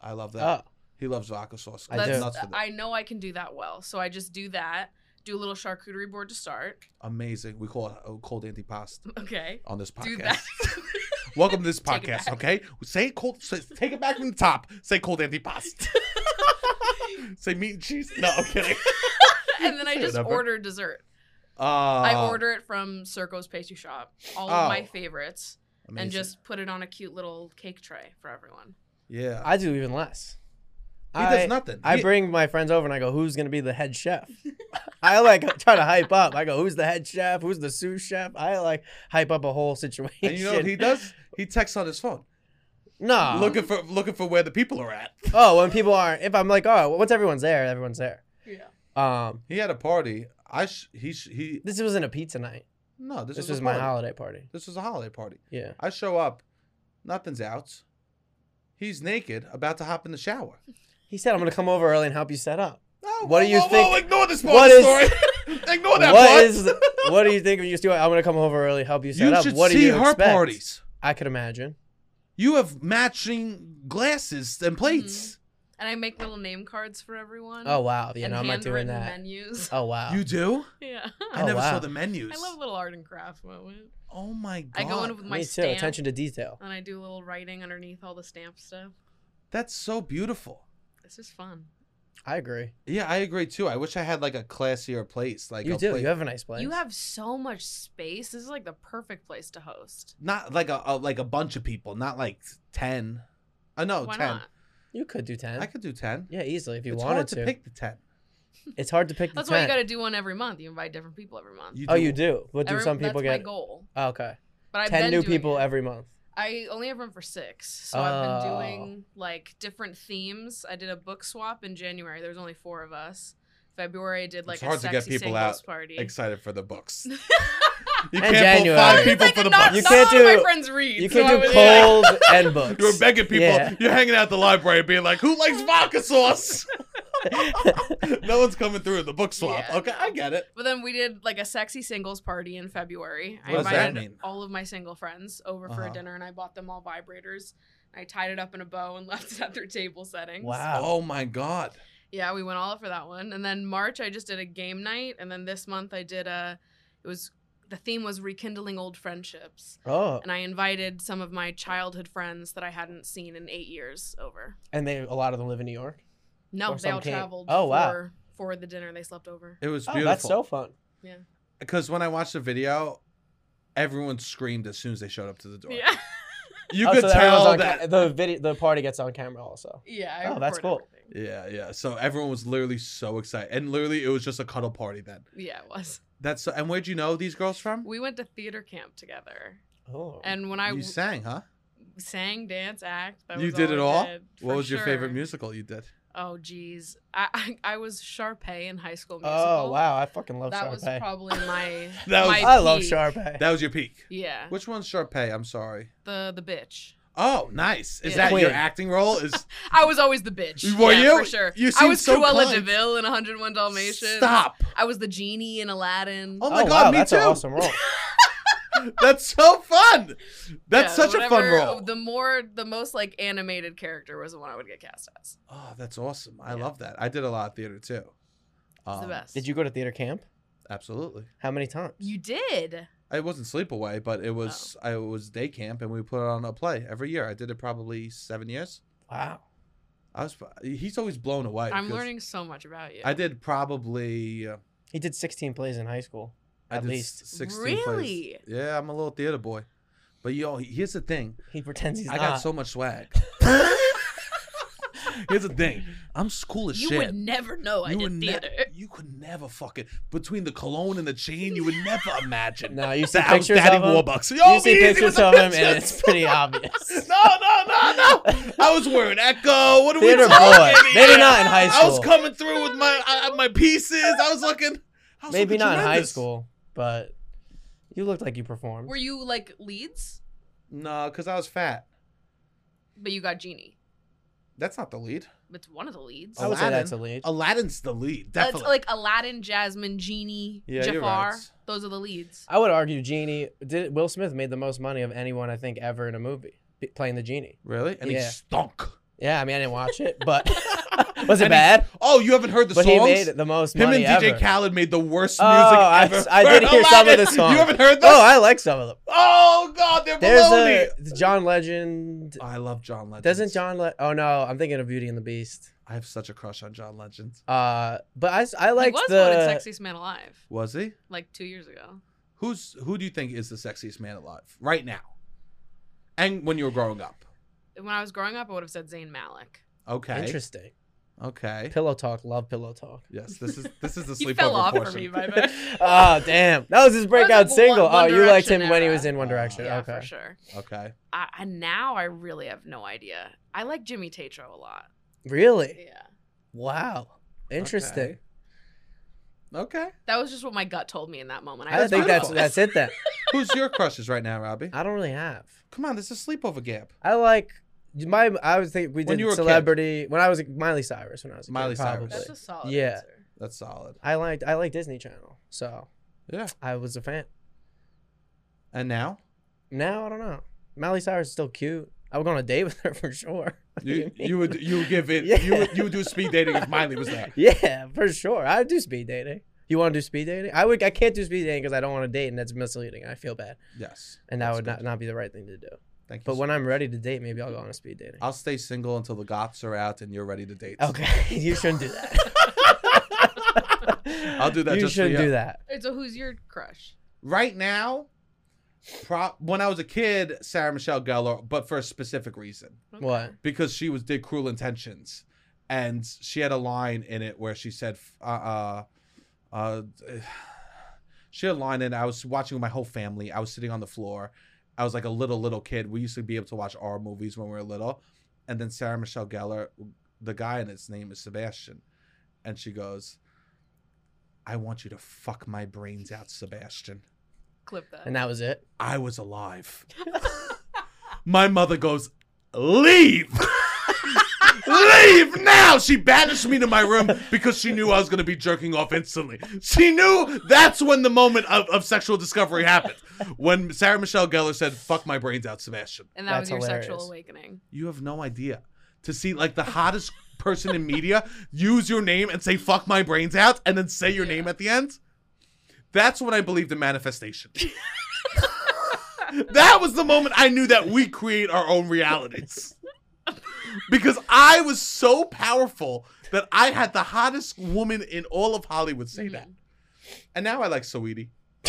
S1: I love that.
S2: Oh,
S1: he loves vodka sauce.
S2: I
S1: I'm
S2: do.
S3: That's,
S1: nuts for that.
S3: I know I can do that well, so I just do that. Do a little charcuterie board to start.
S1: Amazing. We call it uh, cold antipasta
S3: Okay.
S1: on this podcast.
S3: Do that.
S1: Welcome to this
S3: Take it
S1: podcast.
S3: back.
S1: Okay, say cold. Say, take it back from the top. Say cold antipasta. say meat and cheese. No, I'm kidding.
S3: and then I just
S1: Whatever.
S3: order dessert.
S1: Uh,
S3: I order it from Circo's Pastry Shop, all
S1: Oh.
S3: of my favorites,
S1: amazing.
S3: and just put it on a cute little cake tray for everyone.
S1: yeah.
S2: I do even less.
S1: He does nothing.
S2: I
S1: He-
S2: bring my friends over and I go, "Who's gonna be the head chef?" I like try to hype up. I go, "Who's the head chef? Who's the sous chef?" I like hype up a whole situation.
S1: and you know what he does? He texts on his phone.
S2: No.
S1: looking for looking for where the people are at.
S2: Oh, when people aren't. If I'm like, oh, once everyone's there, everyone's there.
S3: Yeah.
S2: Um,
S1: He had a party. I sh- he sh- he
S2: this wasn't a pizza night.
S1: no. This,
S2: This,
S1: was,
S2: was
S1: a
S2: my
S1: party.
S2: holiday party.
S1: This was a holiday party.
S2: Yeah.
S1: I show up, nothing's out. He's naked, about to hop in the shower.
S2: He said, "I'm gonna come over early and help you set up."
S1: Oh,
S2: What do you
S1: whoa,
S2: think-
S1: Whoa, ignore this part
S2: what
S1: of
S2: is-
S1: the story. ignore Oh, that
S2: What
S1: part.
S2: is? What do you think of you doing? I'm gonna come over early, help you set
S1: you
S2: up.
S1: should
S2: what do
S1: see
S2: you
S1: her
S2: expect?
S1: parties.
S2: I could imagine.
S1: You have matching glasses
S2: Mm-hmm.
S1: and plates.
S3: And I make little name cards for everyone.
S2: Oh wow, yeah,
S3: and
S2: no, I'm not doing
S3: handwritten
S2: that.
S3: menus.
S2: Oh wow.
S1: You do?
S3: Yeah.
S1: I
S2: Oh,
S1: never saw
S2: wow.
S1: the menus.
S3: I love a little art and craft moment.
S1: oh my god.
S3: I go in with my
S2: Me too.
S3: stamp
S2: Attention to detail.
S3: and I do a little writing underneath all the stamp stuff.
S1: That's so beautiful.
S3: This is fun.
S2: I agree.
S1: Yeah, I agree too. I wish I had like a classier place. Like
S2: you
S1: a
S2: do.
S1: place-
S2: You have a nice place.
S3: You have so much space. This is like the perfect place to host.
S1: not like a, a like a bunch of people, not like ten. I
S2: Oh,
S1: know
S3: Why
S1: ten.
S3: not?
S2: You could do ten.
S1: I could do ten.
S2: Yeah, easily if you
S1: it's
S2: wanted
S1: hard
S2: to.
S1: to. pick the ten.
S2: It's hard to pick. the
S3: That's why you
S2: 10.
S3: got to do one every month. You invite different people every month.
S2: Oh, you do. What do
S3: Every-
S2: some people
S3: that's
S2: get?
S3: my goal.
S2: Oh, okay.
S3: But I've
S2: Ten
S3: been
S2: new
S3: doing
S2: people
S3: it.
S2: every month.
S3: I only have room for six, so I've been
S2: Oh.
S3: doing like different themes. I did a book swap in January. There was only four of us, February I did like
S1: It's
S3: a
S1: hard to
S3: sexy
S1: get people
S3: singles
S1: out
S3: party.
S1: excited for the books. You
S2: And
S1: can't pull
S2: January.
S1: five people
S3: Like,
S1: for the
S3: not,
S1: books.
S2: You
S3: not
S2: can't
S3: all of
S2: do-
S3: my friends read.
S2: You
S3: so I
S2: can't do
S3: was like-
S2: cold and books.
S1: You were begging people.
S2: Yeah.
S1: You're hanging out at the library, being like, "Who likes vodka sauce?" no one's coming through the book swap.
S3: Yeah.
S1: Okay, I get it.
S3: But then we did like a sexy singles party in February. I
S1: What
S2: does that
S3: invited
S1: mean?
S3: all of my single friends over for
S1: Uh-huh.
S3: a dinner and I bought them all vibrators. I tied it up in a bow and left it at their table settings.
S2: Wow.
S1: Oh my god.
S3: Yeah, we went all out for that one. And then March I just did a game night and then this month I did a it was the theme was rekindling old friendships.
S2: Oh,
S3: And I invited some of my childhood friends that I hadn't seen in 8 years over.
S2: and they a lot of them live in New York.
S3: No,
S2: Or
S3: they all
S2: some came.
S3: traveled
S2: Oh, wow.
S3: for for the dinner. They slept over.
S1: It was
S2: Oh,
S1: beautiful.
S2: that's so fun.
S1: Because when I watched the video, everyone screamed as soon as they showed up to the door.
S3: Yeah.
S1: You
S2: Oh,
S1: could
S2: so everyone's
S1: tell
S2: on ca-
S1: that.
S2: the video, the party gets on camera also.
S3: Yeah. I
S2: Oh, that's
S3: recorded
S2: cool.
S3: everything.
S1: Yeah, yeah. So everyone was literally so excited, and literally it was just a cuddle party then.
S3: Yeah, it was.
S1: That's so, and where'd you know these girls from?
S3: We went to theater camp together,
S2: Oh,
S3: and when I
S1: you
S3: w-
S1: sang, huh?
S3: sang, dance, act, that
S1: you
S3: was
S1: did
S3: all
S1: it
S3: I
S1: all.
S3: did,
S1: what
S3: for
S1: was your favorite
S3: sure.
S1: musical you did?
S3: Oh, geez, I I, I was Sharpay in High School Musical.
S2: oh wow, I fucking love
S3: that
S2: Sharpay.
S3: was probably my.
S1: That was-
S3: my
S2: I love
S3: peak.
S2: Sharpay.
S1: That was your peak.
S3: Yeah,
S1: Which one's Sharpay? I'm sorry.
S3: the the bitch.
S1: Oh, nice. Is
S3: Yeah.
S1: that your
S2: Queen.
S1: acting role? Is
S3: I was always the bitch.
S1: Were
S3: yeah,
S1: you?
S3: for sure?
S1: You
S3: I
S1: seem
S3: was
S1: so
S3: Cruella
S1: kind.
S3: Deville in 101 Dalmatians.
S1: stop.
S3: I was the genie in Aladdin.
S1: Oh my
S2: oh,
S1: god,
S2: wow,
S1: me
S2: that's
S1: too.
S2: an awesome role.
S1: That's so fun. That's
S3: Yeah,
S1: such a fun
S3: whatever-
S1: role.
S3: The more, the most like animated character was the one I would get cast as.
S1: Oh, that's awesome. I
S3: Yeah.
S1: love that. I did a lot of theater too.
S3: It's
S1: Um,
S3: the best.
S2: Did you go to theater camp?
S1: Absolutely.
S2: How many times?
S3: You did.
S1: It wasn't sleepaway, but it was
S3: Oh.
S1: I was day camp, and we put on a play every year. I did it probably seven years.
S2: Wow.
S1: I was he's always blown away.
S3: I'm
S1: because
S3: learning so much about you.
S1: I did probably uh,
S2: He did 16 plays in high school.
S1: I
S2: At
S1: did
S2: least.
S1: s- 16 plays.
S3: Really?
S1: Yeah, I'm a little theater boy. But yo, here's the thing.
S2: He pretends he's
S1: I
S2: not.
S1: got so much swag. here's the thing. I'm s- cool as
S3: you
S1: shit.
S3: would never know I
S1: you
S3: did
S1: would
S3: theater.
S1: never. You could never fucking between the cologne and the chain. You would never imagine.
S2: No, you see
S1: that I was
S2: pictures
S1: Daddy
S2: of him.
S1: Warbucks. Yo,
S2: you see
S1: be easy with
S2: pictures
S1: the
S2: of him, and
S1: pictures.
S2: it's pretty obvious.
S1: No, no, no, no. I was wearing Echo. What are
S2: Theater
S1: we talking?
S2: boy.
S1: here?
S2: Maybe not in high
S1: I was
S2: school.
S1: coming through with my I, my pieces. I was looking. I was
S2: Maybe
S1: looking
S2: not in high
S1: tremendous.
S2: school, but you looked like you performed.
S3: Were you like leads?
S1: No, because I was fat.
S3: But you got Genie.
S1: That's not the lead.
S3: It's one of the leads.
S2: I would say that's a lead.
S1: Aladdin's the lead.
S3: Uh, it's
S1: Oh, Definitely.
S3: like Aladdin, Jasmine, Genie,
S1: Yeah, you're
S3: Jafar.
S1: right.
S3: Those are the leads.
S2: I would argue Genie did Will Smith made the most money of anyone I think ever in a movie b- playing the genie.
S1: really? And he
S2: Yeah.
S1: stunk.
S2: Yeah, I mean I didn't watch it, but was
S1: And
S2: it
S1: he-
S2: bad?
S1: Oh, you haven't heard the
S2: But
S1: songs?
S2: he made the most
S1: Him
S2: money
S1: and DJ
S2: ever.
S1: Khaled made the worst
S2: Oh,
S1: music
S2: I-
S1: ever.
S2: I did
S1: for
S2: hear some of
S1: Aladdin.
S2: the songs.
S1: You haven't heard those?
S2: Oh,
S1: Oh,
S2: I like some of them.
S1: God, they're
S2: There's
S1: baloney.
S2: a John Legend.
S1: I love John Legend.
S2: Doesn't John? Le- oh no, I'm thinking of Beauty and the Beast.
S1: I have such a crush on John Legend.
S2: Uh, but I, s- I
S3: Like
S2: liked
S3: was
S2: the.
S3: one in Sexiest Man Alive
S1: Was he?
S3: like two years ago.
S1: Who's who do you think is the sexiest man alive right now? And when you were growing up.
S3: When I was growing up, I would have said Zayn Malik.
S1: Okay.
S2: Interesting.
S1: Okay.
S2: Pillow talk. Love pillow talk.
S1: Yes, this is this is the
S3: He
S1: sleepover
S3: fell off
S1: portion.
S3: for me, by the
S2: oh damn, that was his breakout
S3: like, One-
S2: single.
S3: One
S2: oh, you liked him
S3: Direction
S2: when he
S3: era. Oh,
S2: was in One Direction.
S3: Yeah,
S2: okay.
S3: for sure.
S1: Okay.
S3: I, I now I really have no idea. I like Jimmy Tatro a lot.
S1: Eh.
S2: Really?
S3: Yeah.
S2: Wow. Interesting.
S1: Okay. Okay.
S3: That was just what my gut told me in that moment.
S2: I
S3: was
S2: think that's
S1: beautiful.
S2: that's it then.
S1: Who's your crushes right now, Robbie?
S2: I don't really have.
S1: Come on, this is sleepover gap.
S2: I like my. I was thinking we
S1: When
S2: did
S1: you were a kid.
S2: celebrity when I was Miley Cyrus when I was a
S1: Miley
S2: kid, probably.
S1: Cyrus.
S3: That's a solid
S2: Yeah.
S3: answer.
S1: That's solid.
S2: I liked I like Disney Channel, so
S1: Yeah.
S2: I was a fan.
S1: And now?
S2: Now I don't know. Miley Cyrus is still cute. I would go on a date with her for sure. What do
S1: You
S2: mean?
S1: you would you would give it
S2: Yeah.
S1: you would you would do speed dating if Miley was there.
S2: Yeah, for sure. I do speed dating. You want to do speed dating? I would. I can't do speed dating because I don't want to date, and that's misleading. I feel bad,
S1: Yes.
S2: and that
S1: That's
S2: would
S1: good.
S2: not, not be the right thing to do.
S1: Thank you.
S2: But
S1: so-
S2: when I'm ready to date, maybe I'll go on a speed dating.
S1: I'll stay single until the goths are out and you're ready to date.
S2: Oh, Okay, you shouldn't do that.
S1: I'll do that
S2: You
S1: just for
S2: shouldn't
S1: you.
S2: do that.
S3: Alright, So who's your crush?
S1: right now pro- when i was a kid sarah michelle gellar but for a specific reason
S3: Okay.
S2: What?
S1: because she was did cruel intentions and she had a line in it where she said f- uh uh, uh she had a line in it. i was watching with my whole family i was sitting on the floor i was like a little little kid we used to be able to watch our movies when we were little and then sarah michelle gellar the guy in its name is sebastian and she goes I want you to fuck my brains out, Sebastian.
S3: Clip that.
S2: And that was it.
S1: I was alive. my mother goes, Leave! Leave now! She banished me to my room because she knew I was going to be jerking off instantly. She knew that's when the moment of, of sexual discovery happened. When Sarah Michelle Gellar said, Fuck my brains out, Sebastian.
S3: And that
S2: That's
S3: was your
S2: hilarious.
S3: sexual awakening.
S1: You have no idea. To see like the hottest person in media use your name and say fuck my brains out and then say your name at the end. That's when I believed in manifestation. that was the moment I knew that we create our own realities. Because I was so powerful that I had the hottest woman in all of Hollywood say that. And now I like Saweetie.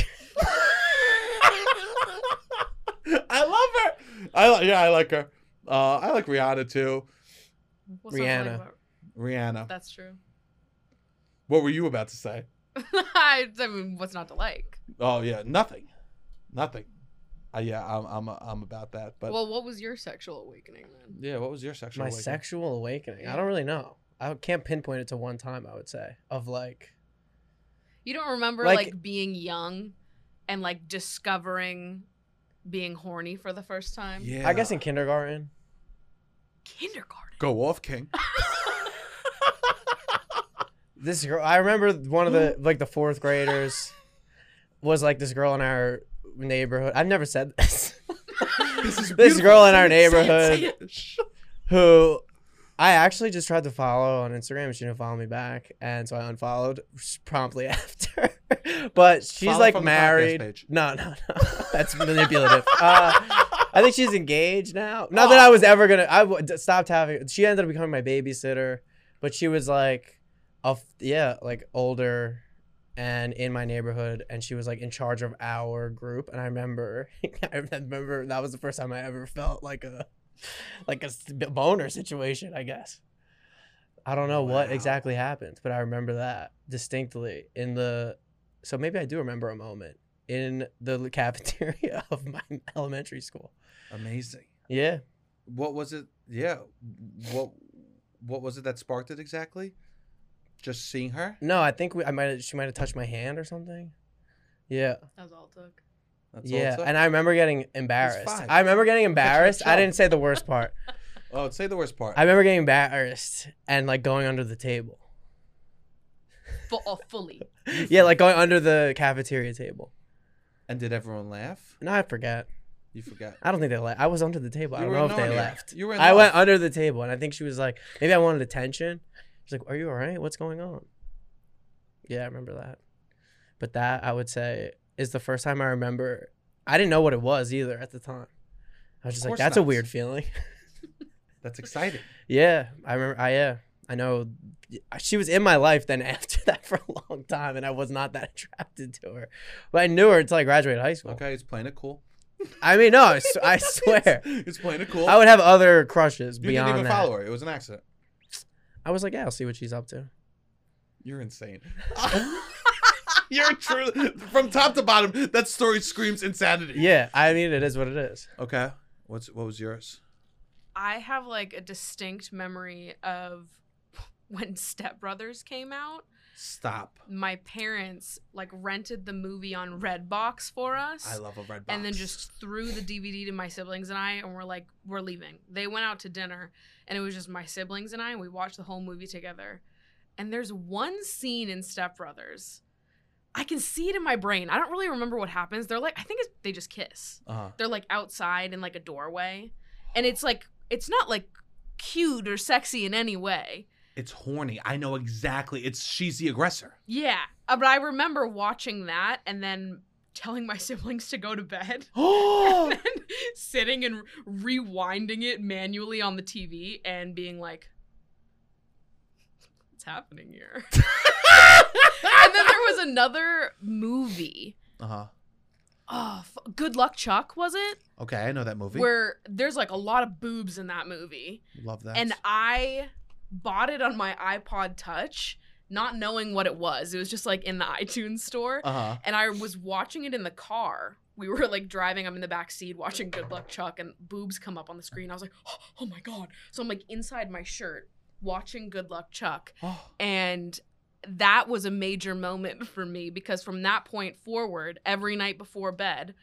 S1: I love her. I like yeah, I like her. Uh, I like Rihanna too.
S3: What's not to like
S2: Rihanna.
S3: about-
S1: Rihanna.
S3: That's true.
S1: What were you about to say?
S3: I, I mean, what's not to like?
S1: Oh yeah, nothing, nothing. Uh, yeah, I'm I'm I'm about that. But
S3: well, what was your sexual awakening then?
S1: yeah, what was your sexual?
S2: My
S1: awakening?
S2: sexual awakening. I don't really know. I can't pinpoint it to one time. I would say of like
S3: You don't remember
S2: Like-
S3: like, being young and like discovering being horny for the first time?
S1: Yeah,
S2: I guess in kindergarten.
S3: Kindergarten.
S1: go off, King.
S2: This girl. I remember one of the like the fourth graders was like this girl in our neighborhood. I've never said this.
S1: this is
S2: This girl in our
S1: beautiful.
S2: neighborhood.
S1: Say it, say it.
S2: who I actually just tried to follow on Instagram. and She didn't follow me back, and so I unfollowed promptly after. but she's
S1: Follow
S2: like
S1: from the podcast
S2: married.
S1: page.
S2: No, no, no. That's manipulative. uh, I think she's engaged now. Not
S1: Oh.
S2: that I was ever gonna. I w- d- stopped having. She ended up becoming my babysitter, but she was like, a f- yeah, like older. And in my neighborhood, and she was like in charge of our group. And I remember, I remember that was the first time I ever felt like a like a s- boner situation, I guess. I don't know what
S1: Wow.
S2: exactly happened, but I remember that distinctly in the. So maybe I do remember a moment in the l- cafeteria of my elementary school.
S1: Amazing.
S2: Yeah,
S1: What was it? Yeah. What What was it that sparked it exactly? Just seeing her.
S2: no, I think we, I might. have She might have touched my hand or something. Yeah,
S3: That was all it took.
S1: That's all it
S2: yeah,
S1: took?
S2: and I remember getting embarrassed.
S1: fine.
S2: I remember getting
S1: your
S2: embarrassed. I
S1: chub.
S2: didn't say the worst part.
S1: oh, say the worst part.
S2: I remember getting embarrassed and like going under the table.
S3: Fu- oh, fully.
S2: Yeah, like going under the cafeteria table.
S1: and did everyone laugh?
S2: No, I forget.
S1: You forgot.
S2: I don't think they left. I was under the table. I
S1: You
S2: don't
S1: were
S2: know if they
S1: annoying.
S2: left.
S1: You were
S2: I went
S1: annoying.
S2: under the table, and I think she was like, maybe I wanted attention. She's like, "Are you all right? What's going on?" Yeah, I remember that. But that I would say is the first time I remember. I didn't know what it was either at the time. I was just like,
S1: course
S2: "That's a
S1: not.
S2: weird feeling."
S1: That's exciting.
S2: yeah, I remember. I yeah, I know. She was in my life then after that for a long time, and I was not that attracted to her. But I knew her until I graduated high school.
S1: Okay, it's playing it cool.
S2: I mean, no, I s- I swear.
S1: It's playing it cool.
S2: I would have other crushes
S1: you
S2: beyond
S1: didn't even
S2: that.
S1: follow her. It was an accident.
S2: I was like, yeah, I'll see what she's up to.
S1: You're insane. You're true from top to bottom. That story screams insanity.
S2: Yeah, I mean, it is what it is.
S1: Okay. What's what was yours?
S3: I have like a distinct memory of when Step Brothers came out.
S1: Stop.
S3: My parents like rented the movie on Redbox for us.
S1: I love a red box.
S3: and then just threw the DVD to my siblings and I, and we're like, we're leaving. They went out to dinner, and it was just my siblings and I, and we watched the whole movie together. And there's one scene in Step Brothers. I can see it in my brain. I don't really remember what happens. They're like, I think it's, they just kiss.
S1: uh
S3: They're like outside in like a doorway, and it's like, it's not like cute or sexy in any way.
S1: It's horny. I know exactly. It's she's the aggressor.
S3: Yeah, Uh, but I remember watching that and then telling my siblings to go to bed.
S1: Oh,
S3: and sitting and rewinding it manually on the TV and being like, "What's happening here?" and then there was another movie.
S1: uh-huh.
S3: Oh, f- Good Luck Chuck was it?
S1: Okay, I know that movie.
S3: Where there's like a lot of boobs in that movie,
S1: Love that.
S3: and I bought it on my iPod Touch, not knowing what it was. It was just like in the iTunes store
S1: uh-huh.
S3: and I was watching it in the car. We were like driving. I'm in the back seat watching Good Luck Chuck, and boobs come up on the screen. I was like, oh, oh my god! So I'm like inside my shirt watching Good Luck Chuck,
S1: Oh,
S3: and that was a major moment for me because from that point forward, every night before bed,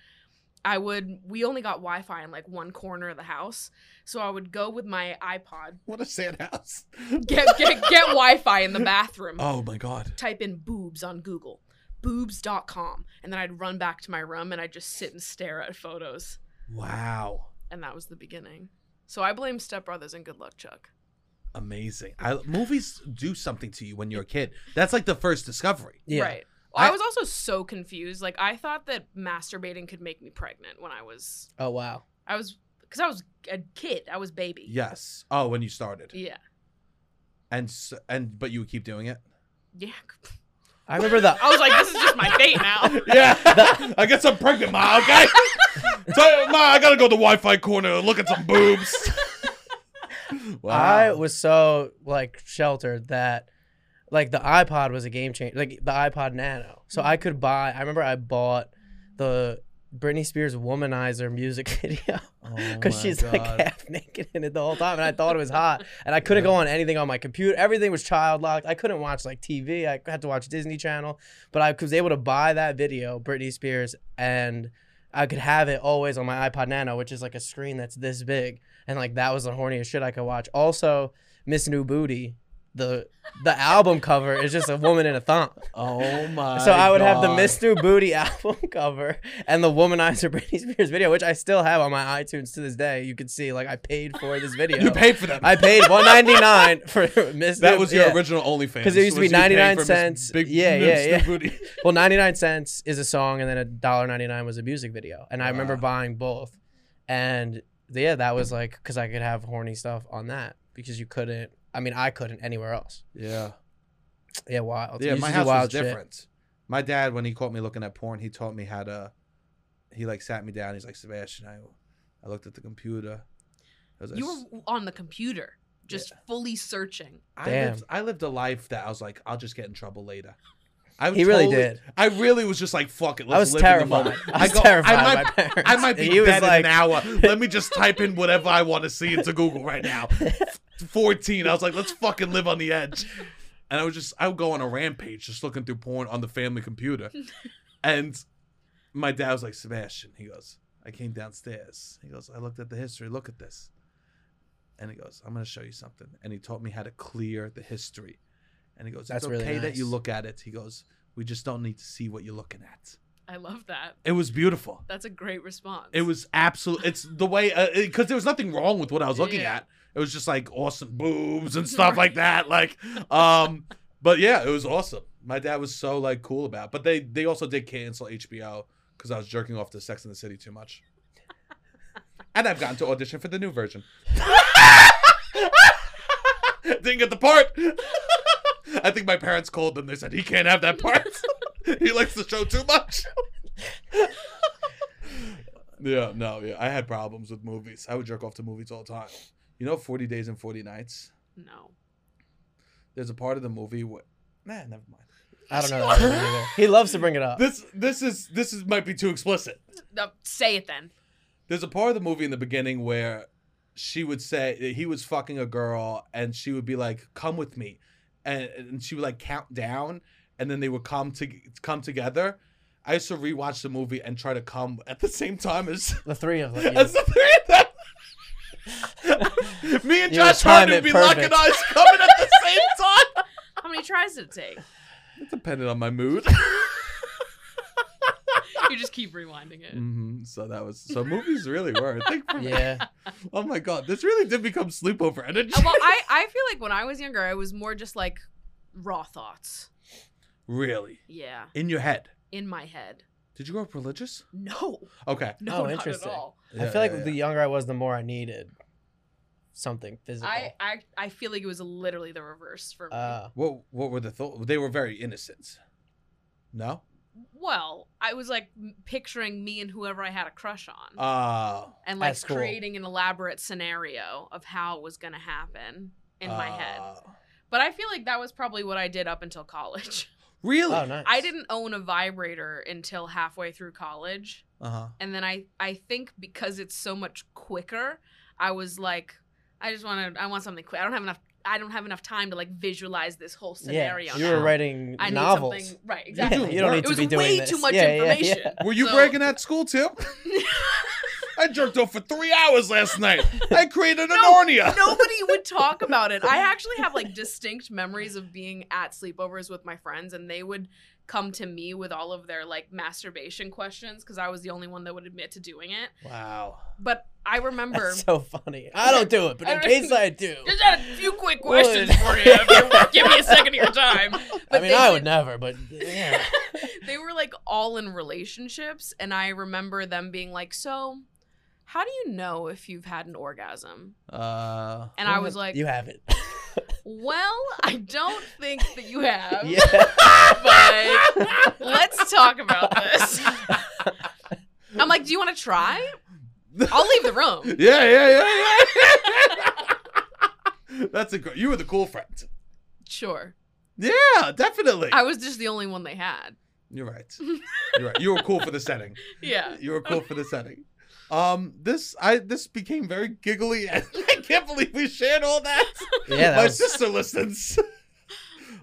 S3: I would we only got Wi-Fi in like one corner of the house, so I would go with my iPod,
S1: What a sad house.
S3: get get, get Wi-Fi in the bathroom,
S1: Oh my god.
S3: type in boobs on Google, boobs.com, and then I'd run back to my room and I'd just sit and stare at photos,
S1: Wow.
S3: and that was the beginning. So I blame Step Brothers and Good Luck Chuck.
S1: Amazing. I, movies do something to you when you're a kid. That's like the first discovery.
S2: Yeah.
S3: Right. I,
S1: I-
S3: was also so confused. Like I thought that masturbating could make me pregnant when I was
S2: Oh wow.
S3: I was because I was a kid. I was baby.
S1: Yes. Oh, when you started.
S3: Yeah.
S1: And s and but you would keep doing it.
S3: Yeah.
S2: I remember the
S3: I was like, this is just my fate now.
S1: Yeah. I guess I'm pregnant, ma. Okay. Tell, ma, I gotta go to the Wi-Fi corner and look at some boobs. wow.
S2: I was so like sheltered that like the iPod was a game changer. Like the iPod Nano. So I could buy I remember I bought the Britney Spears womanizer music video
S1: Oh
S2: because she's like half naked in it the whole time, and I thought it was hot, and I couldn't go on anything on my computer. Everything was child locked. I couldn't watch like TV. I had to watch Disney Channel, but I was able to buy that video, Britney Spears, and I could have it always on my iPod Nano, which is like a screen that's this big, and like that was the horniest shit I could watch. Also, Miss New Booty. The the album cover is just a woman in a thong.
S1: Oh my.
S2: So I would have the
S1: God.
S2: Miss New Booty album cover and the Womanizer Britney Spears video, which I still have on my iTunes to this day. You can see, like, I paid for this video.
S1: You paid for that.
S2: I paid one ninety nine for Miss.
S1: That
S2: New-
S1: was your
S2: yeah.
S1: original OnlyFans.
S2: 'Cause it used to be
S1: was you paying
S2: 99
S1: for Miss
S2: cents.
S1: Big
S2: Yeah,
S1: Miss
S2: yeah, yeah.
S1: Booty.
S2: Well, ninety nine cents is a song, and then a dollar ninety nine was a music video, and I remember buying both. And yeah, that was like because I could have horny stuff on that because you couldn't. I mean, I couldn't anywhere else.
S1: Yeah.
S2: Yeah, wild.
S1: Yeah,
S2: You
S1: my
S2: used to do
S1: house was
S2: shit.
S1: different. My dad, when he caught me looking at porn, he taught me how to. He like sat me down. He's like, Sebastian, I, I looked at the computer. I was like,
S3: You
S1: "S-
S3: were on the computer, just fully searching.
S1: I
S2: Damn.
S1: lived, I lived a life that I was like, I'll just get in trouble later. I
S2: He really did.
S1: I really was just like, fuck it.
S2: I
S1: Let's
S2: was
S1: live in the
S2: terrified.
S1: moment."
S2: I was
S1: go,
S2: terrified of
S1: might,
S2: my parents.
S1: I might be
S2: He was
S1: dead
S2: like-
S1: in an hour. Let me just type in whatever I want to see into Google right now. Fourteen. I was like, let's fucking live on the edge. And I was just, I would go on a rampage, just looking through porn on the family computer. And my dad was like, Sebastian. He goes, I came downstairs. He goes, I looked at the history. Look at this. And he goes, I'm going to show you something. And he taught me how to clear the history. And he goes, It's
S2: That's
S1: okay
S2: really
S1: that you
S2: nice.
S1: look at it. He goes, We just don't need to see what you're looking at.
S3: I love that.
S1: It was beautiful.
S3: That's a great response.
S1: It was absolute. It's the way, because there was nothing wrong with what I was looking
S3: Yeah.
S1: at. It was just like awesome boobs and stuff like that. Like, um, but yeah, it was awesome. My dad was so like cool about. It. But they they also did cancel HBO because I was jerking off to Sex in the City too much. and I've gotten to audition for the new version. Didn't get the part. I think my parents called them. They said he can't have that part. he likes the show too much. Yeah, no, yeah. I had problems with movies. I would jerk off to movies all the time. You know, Forty Days and Forty Nights.
S3: no.
S1: There's a part of the movie where, nah, never mind.
S2: I don't know. That movie either. He loves to bring it up.
S1: This, this is, this is might be too explicit.
S3: No, say it then.
S1: There's a part of the movie in the beginning where she would say he was fucking a girl, and she would be like, "Come with me," and, and she would like count down, and then they would come to come together. I used to rewatch the movie and try to come at the same time as
S2: the three of them. yeah.
S1: That's the three of them. Me and
S2: You were
S1: Josh Hart
S2: timed
S1: would
S2: it
S1: be locking
S2: perfect.
S1: eyes coming at the same time.
S3: How many tries did it take?
S1: It depended on my mood.
S3: You just keep rewinding it.
S1: hmm So that was so movies really were. Thank for
S2: yeah.
S1: Oh my god, this really did become sleepover energy.
S3: Uh, well, I, I feel like when I was younger, I was more just like raw thoughts.
S1: really,
S3: Yeah.
S1: in your head.
S3: In my head.
S1: Did you grow up religious?
S3: No.
S1: Okay.
S3: No,
S2: Oh,
S3: not
S2: interesting.
S3: at all.
S2: I
S1: Yeah,
S2: feel like
S1: yeah,
S2: the
S1: yeah.
S2: younger I was, the more I needed something physical.
S3: I, I, I feel like it was literally the reverse for me.
S2: uh,
S1: What What were the thoughts? They were very innocent. No.
S3: well, I was like m- picturing me and whoever I had a crush on.
S1: Uh
S3: and like
S2: That's cool.
S3: creating an elaborate scenario of how it was going to happen in my head.
S1: uh,
S3: But I feel like that was probably what I did up until college.
S1: Really?
S2: oh, nice.
S3: I didn't own a vibrator until halfway through college,
S1: Uh huh.
S3: and then I I think because it's so much quicker, I was like I just want to I want something quick. I don't have enough I don't have enough time to like visualize this whole scenario.
S2: yeah, you were
S3: now.
S2: writing
S3: I need
S2: novels.
S3: something right.
S2: Yeah,
S3: Exactly.
S2: you don't
S1: It
S2: need to
S3: was
S2: be doing
S3: way
S2: this.
S3: too much
S2: Yeah, yeah, yeah.
S3: information.
S1: Were you
S3: So-
S1: breaking at school too? I jerked off for three hours last night. I created a Narnia.
S3: Nobody would talk about it. I actually have like distinct memories of being at sleepovers with my friends, and they would come to me with all of their like masturbation questions because I was the only one that would admit to doing it.
S1: Wow.
S3: But I remember
S2: That's so funny. I don't do it, but in
S3: I
S2: case I do,
S3: just had a few quick
S2: Would.
S3: questions for you. if you give me a second of your time.
S2: I
S3: But
S2: mean,
S3: they
S2: I would
S3: did-
S2: never. But yeah.
S3: they were like all in relationships, and I remember them being like, "So, how do you know if you've had an orgasm?"
S1: Uh,
S3: And I was like, "Oh,
S2: you haven't.
S3: "Well, I don't think that you have."
S2: yeah.
S3: but let's talk about this. I'm like, do you want to try? I'll leave the room.
S1: yeah, yeah, yeah, yeah. That's a gr- you were the cool friend.
S3: Sure.
S1: Yeah, definitely.
S3: I was just the only one they had.
S1: You're right. You're right. You were cool for the setting.
S3: Yeah.
S1: You were cool for the setting. Um, this I this became very giggly, and I can't believe we shared all that.
S2: Yeah, that
S1: My
S2: was-
S1: sister listens.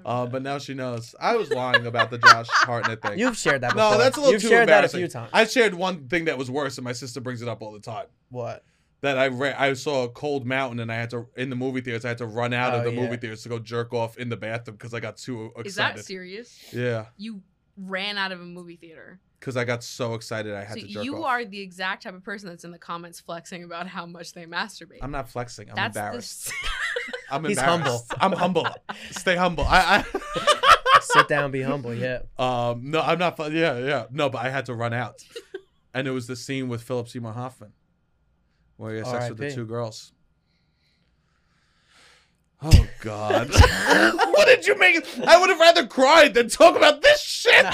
S1: Uh, but now she knows. I was lying about the Josh Hartnett thing.
S2: You've shared that. Before.
S1: no, that's a little
S2: You've
S1: too
S2: shared that a
S1: embarrassing.
S2: few times.
S1: I shared one thing that was worse, and my sister brings it up all the time.
S2: what?
S1: That I ra- I saw a cold mountain, and I had to in the movie theaters. I had to run out of
S2: Oh,
S1: the
S2: yeah.
S1: movie theaters to go jerk off in the bathroom because I got too excited.
S3: Is that serious?
S1: Yeah,
S3: You ran out of a movie theater.
S1: because I got so excited I had
S3: So
S1: to jerk
S3: you
S1: off.
S3: are the exact type of person that's in the comments flexing about how much they masturbate.
S1: I'm not flexing. I'm
S3: that's the
S1: embarrassed.
S3: s-
S1: I'm
S2: He's
S1: embarrassed.
S2: humble.
S1: I'm humble. Stay humble. I,
S2: Sit down, be humble. Yeah.
S1: I um no, I'm not. fu- Yeah, yeah. No, but I had to run out, and it was the scene with Philip Seymour Hoffman, where he has sex with the
S2: R.I.P..
S1: two girls. Oh God! what did you make? I would have rather cried than talk about this shit.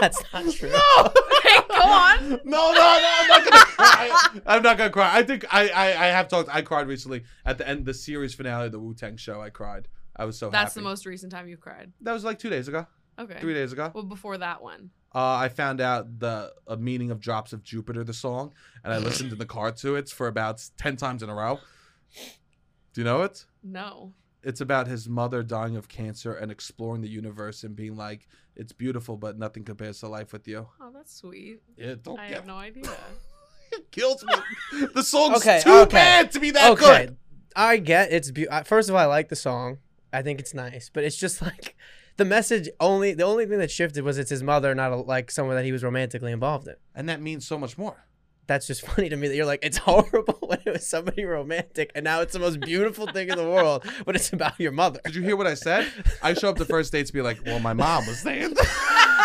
S2: That's not true.
S1: No.
S3: Go on.
S1: No, no, no, I'm not gonna cry. I'm not gonna cry. I think I, I, I have talked. I cried recently at the end of the series finale of the Wu Tang Show. I cried. I was so
S3: That's the
S1: happy.
S3: most recent time you've cried.
S1: That was like two days ago,
S3: Okay.
S1: three days ago.
S3: Well, before that one.
S1: Uh, I found out the uh, meaning of "Drops of Jupiter" the song, and I listened in the car to it for about ten times in a row. Do you know it?
S3: No.
S1: It's about his mother dying of cancer and exploring the universe and being like, "It's beautiful, but nothing compares to life with you."
S3: Oh, that's sweet.
S1: Oh, Yeah, don't
S3: I
S1: get
S3: have no idea.
S1: it kills me. The song's
S2: Okay,
S1: too
S2: okay.
S1: bad to be that
S2: Okay.
S1: good.
S2: I get it's be- I- first of all, I like the song. I think it's nice, but it's just like the message. Only the only thing that shifted was it's his mother, not a, like someone that he was romantically involved in.
S1: And that means so much more.
S2: That's just funny to me that you're like it's horrible when it was somebody romantic, and now it's the most beautiful thing in the world, but it's about your mother.
S1: Did you hear what I said? I show up to first dates, be like, "Well, my mom was there."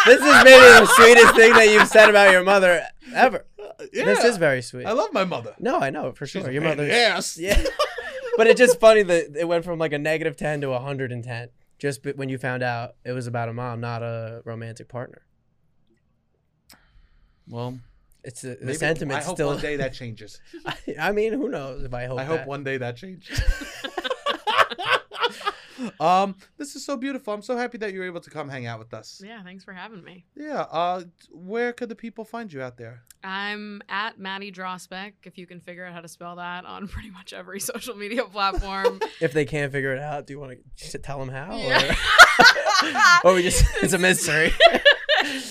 S2: This is maybe the sweetest thing that you've said about your mother ever.
S1: yeah.
S2: This is very sweet.
S1: I love my mother.
S2: no, I know for sure.
S1: She's a
S2: Your
S1: pain in
S2: mother.
S1: the ass.
S2: Yeah. but it's just funny that it went from like a negative 10 to a 110 just b- when you found out it was about a mom, not a romantic partner.
S1: Well,
S2: It's a, the
S1: maybe-
S2: sentiment's
S1: I hope
S2: still.
S1: one day that changes.
S2: I mean, who knows if I hope.
S1: I hope
S2: that.
S1: one day that changes. um, this is so beautiful. I'm so happy that you were able to come hang out with us.
S3: yeah, thanks for having me.
S1: Yeah. Uh, where could the people find you out there?
S3: I'm at Maddie Drospec, if you can figure out how to spell that on pretty much every social media platform.
S2: If they can't figure it out, do you want to tell them how?
S3: Yeah.
S2: Or, or we just. It's a mystery.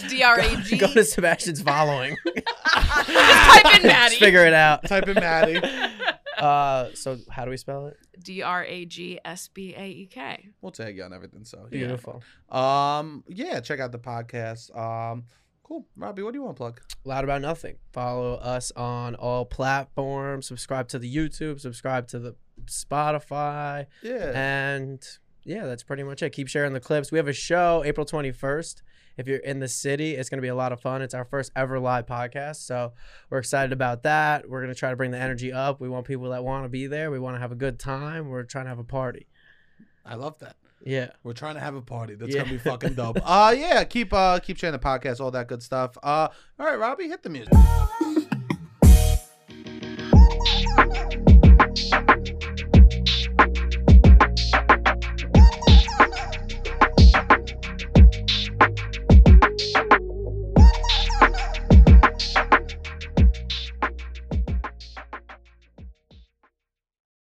S3: D R A G.
S2: Go to Sebastian's following.
S3: Type in
S2: Just
S3: Maddie.
S2: figure it out.
S1: Type in Maddie.
S2: Uh, so how do we spell it?
S3: D R A G S B A E K.
S1: We'll tag you on everything. So yeah.
S2: Beautiful.
S1: Um, yeah, check out the podcast. Um, cool, Robbie. What do you want to plug?
S2: Loud About Nothing. Follow us on all platforms. Subscribe to the YouTube. Subscribe to the Spotify.
S1: Yeah,
S2: And yeah, that's pretty much it. Keep sharing the clips. We have a show April 21st. If you're in the city, it's going to be a lot of fun. It's our first ever live podcast. So we're excited about that. We're going to try to bring the energy up. We want people that want to be there. We want to have a good time. We're trying to have a party.
S1: I love that.
S2: Yeah.
S1: We're trying to have a party. That's
S2: Yeah.
S1: gonna be fucking dope. Uh, yeah, keep uh, keep sharing the podcast, all that good stuff. Uh, all right, Robbie, hit the music.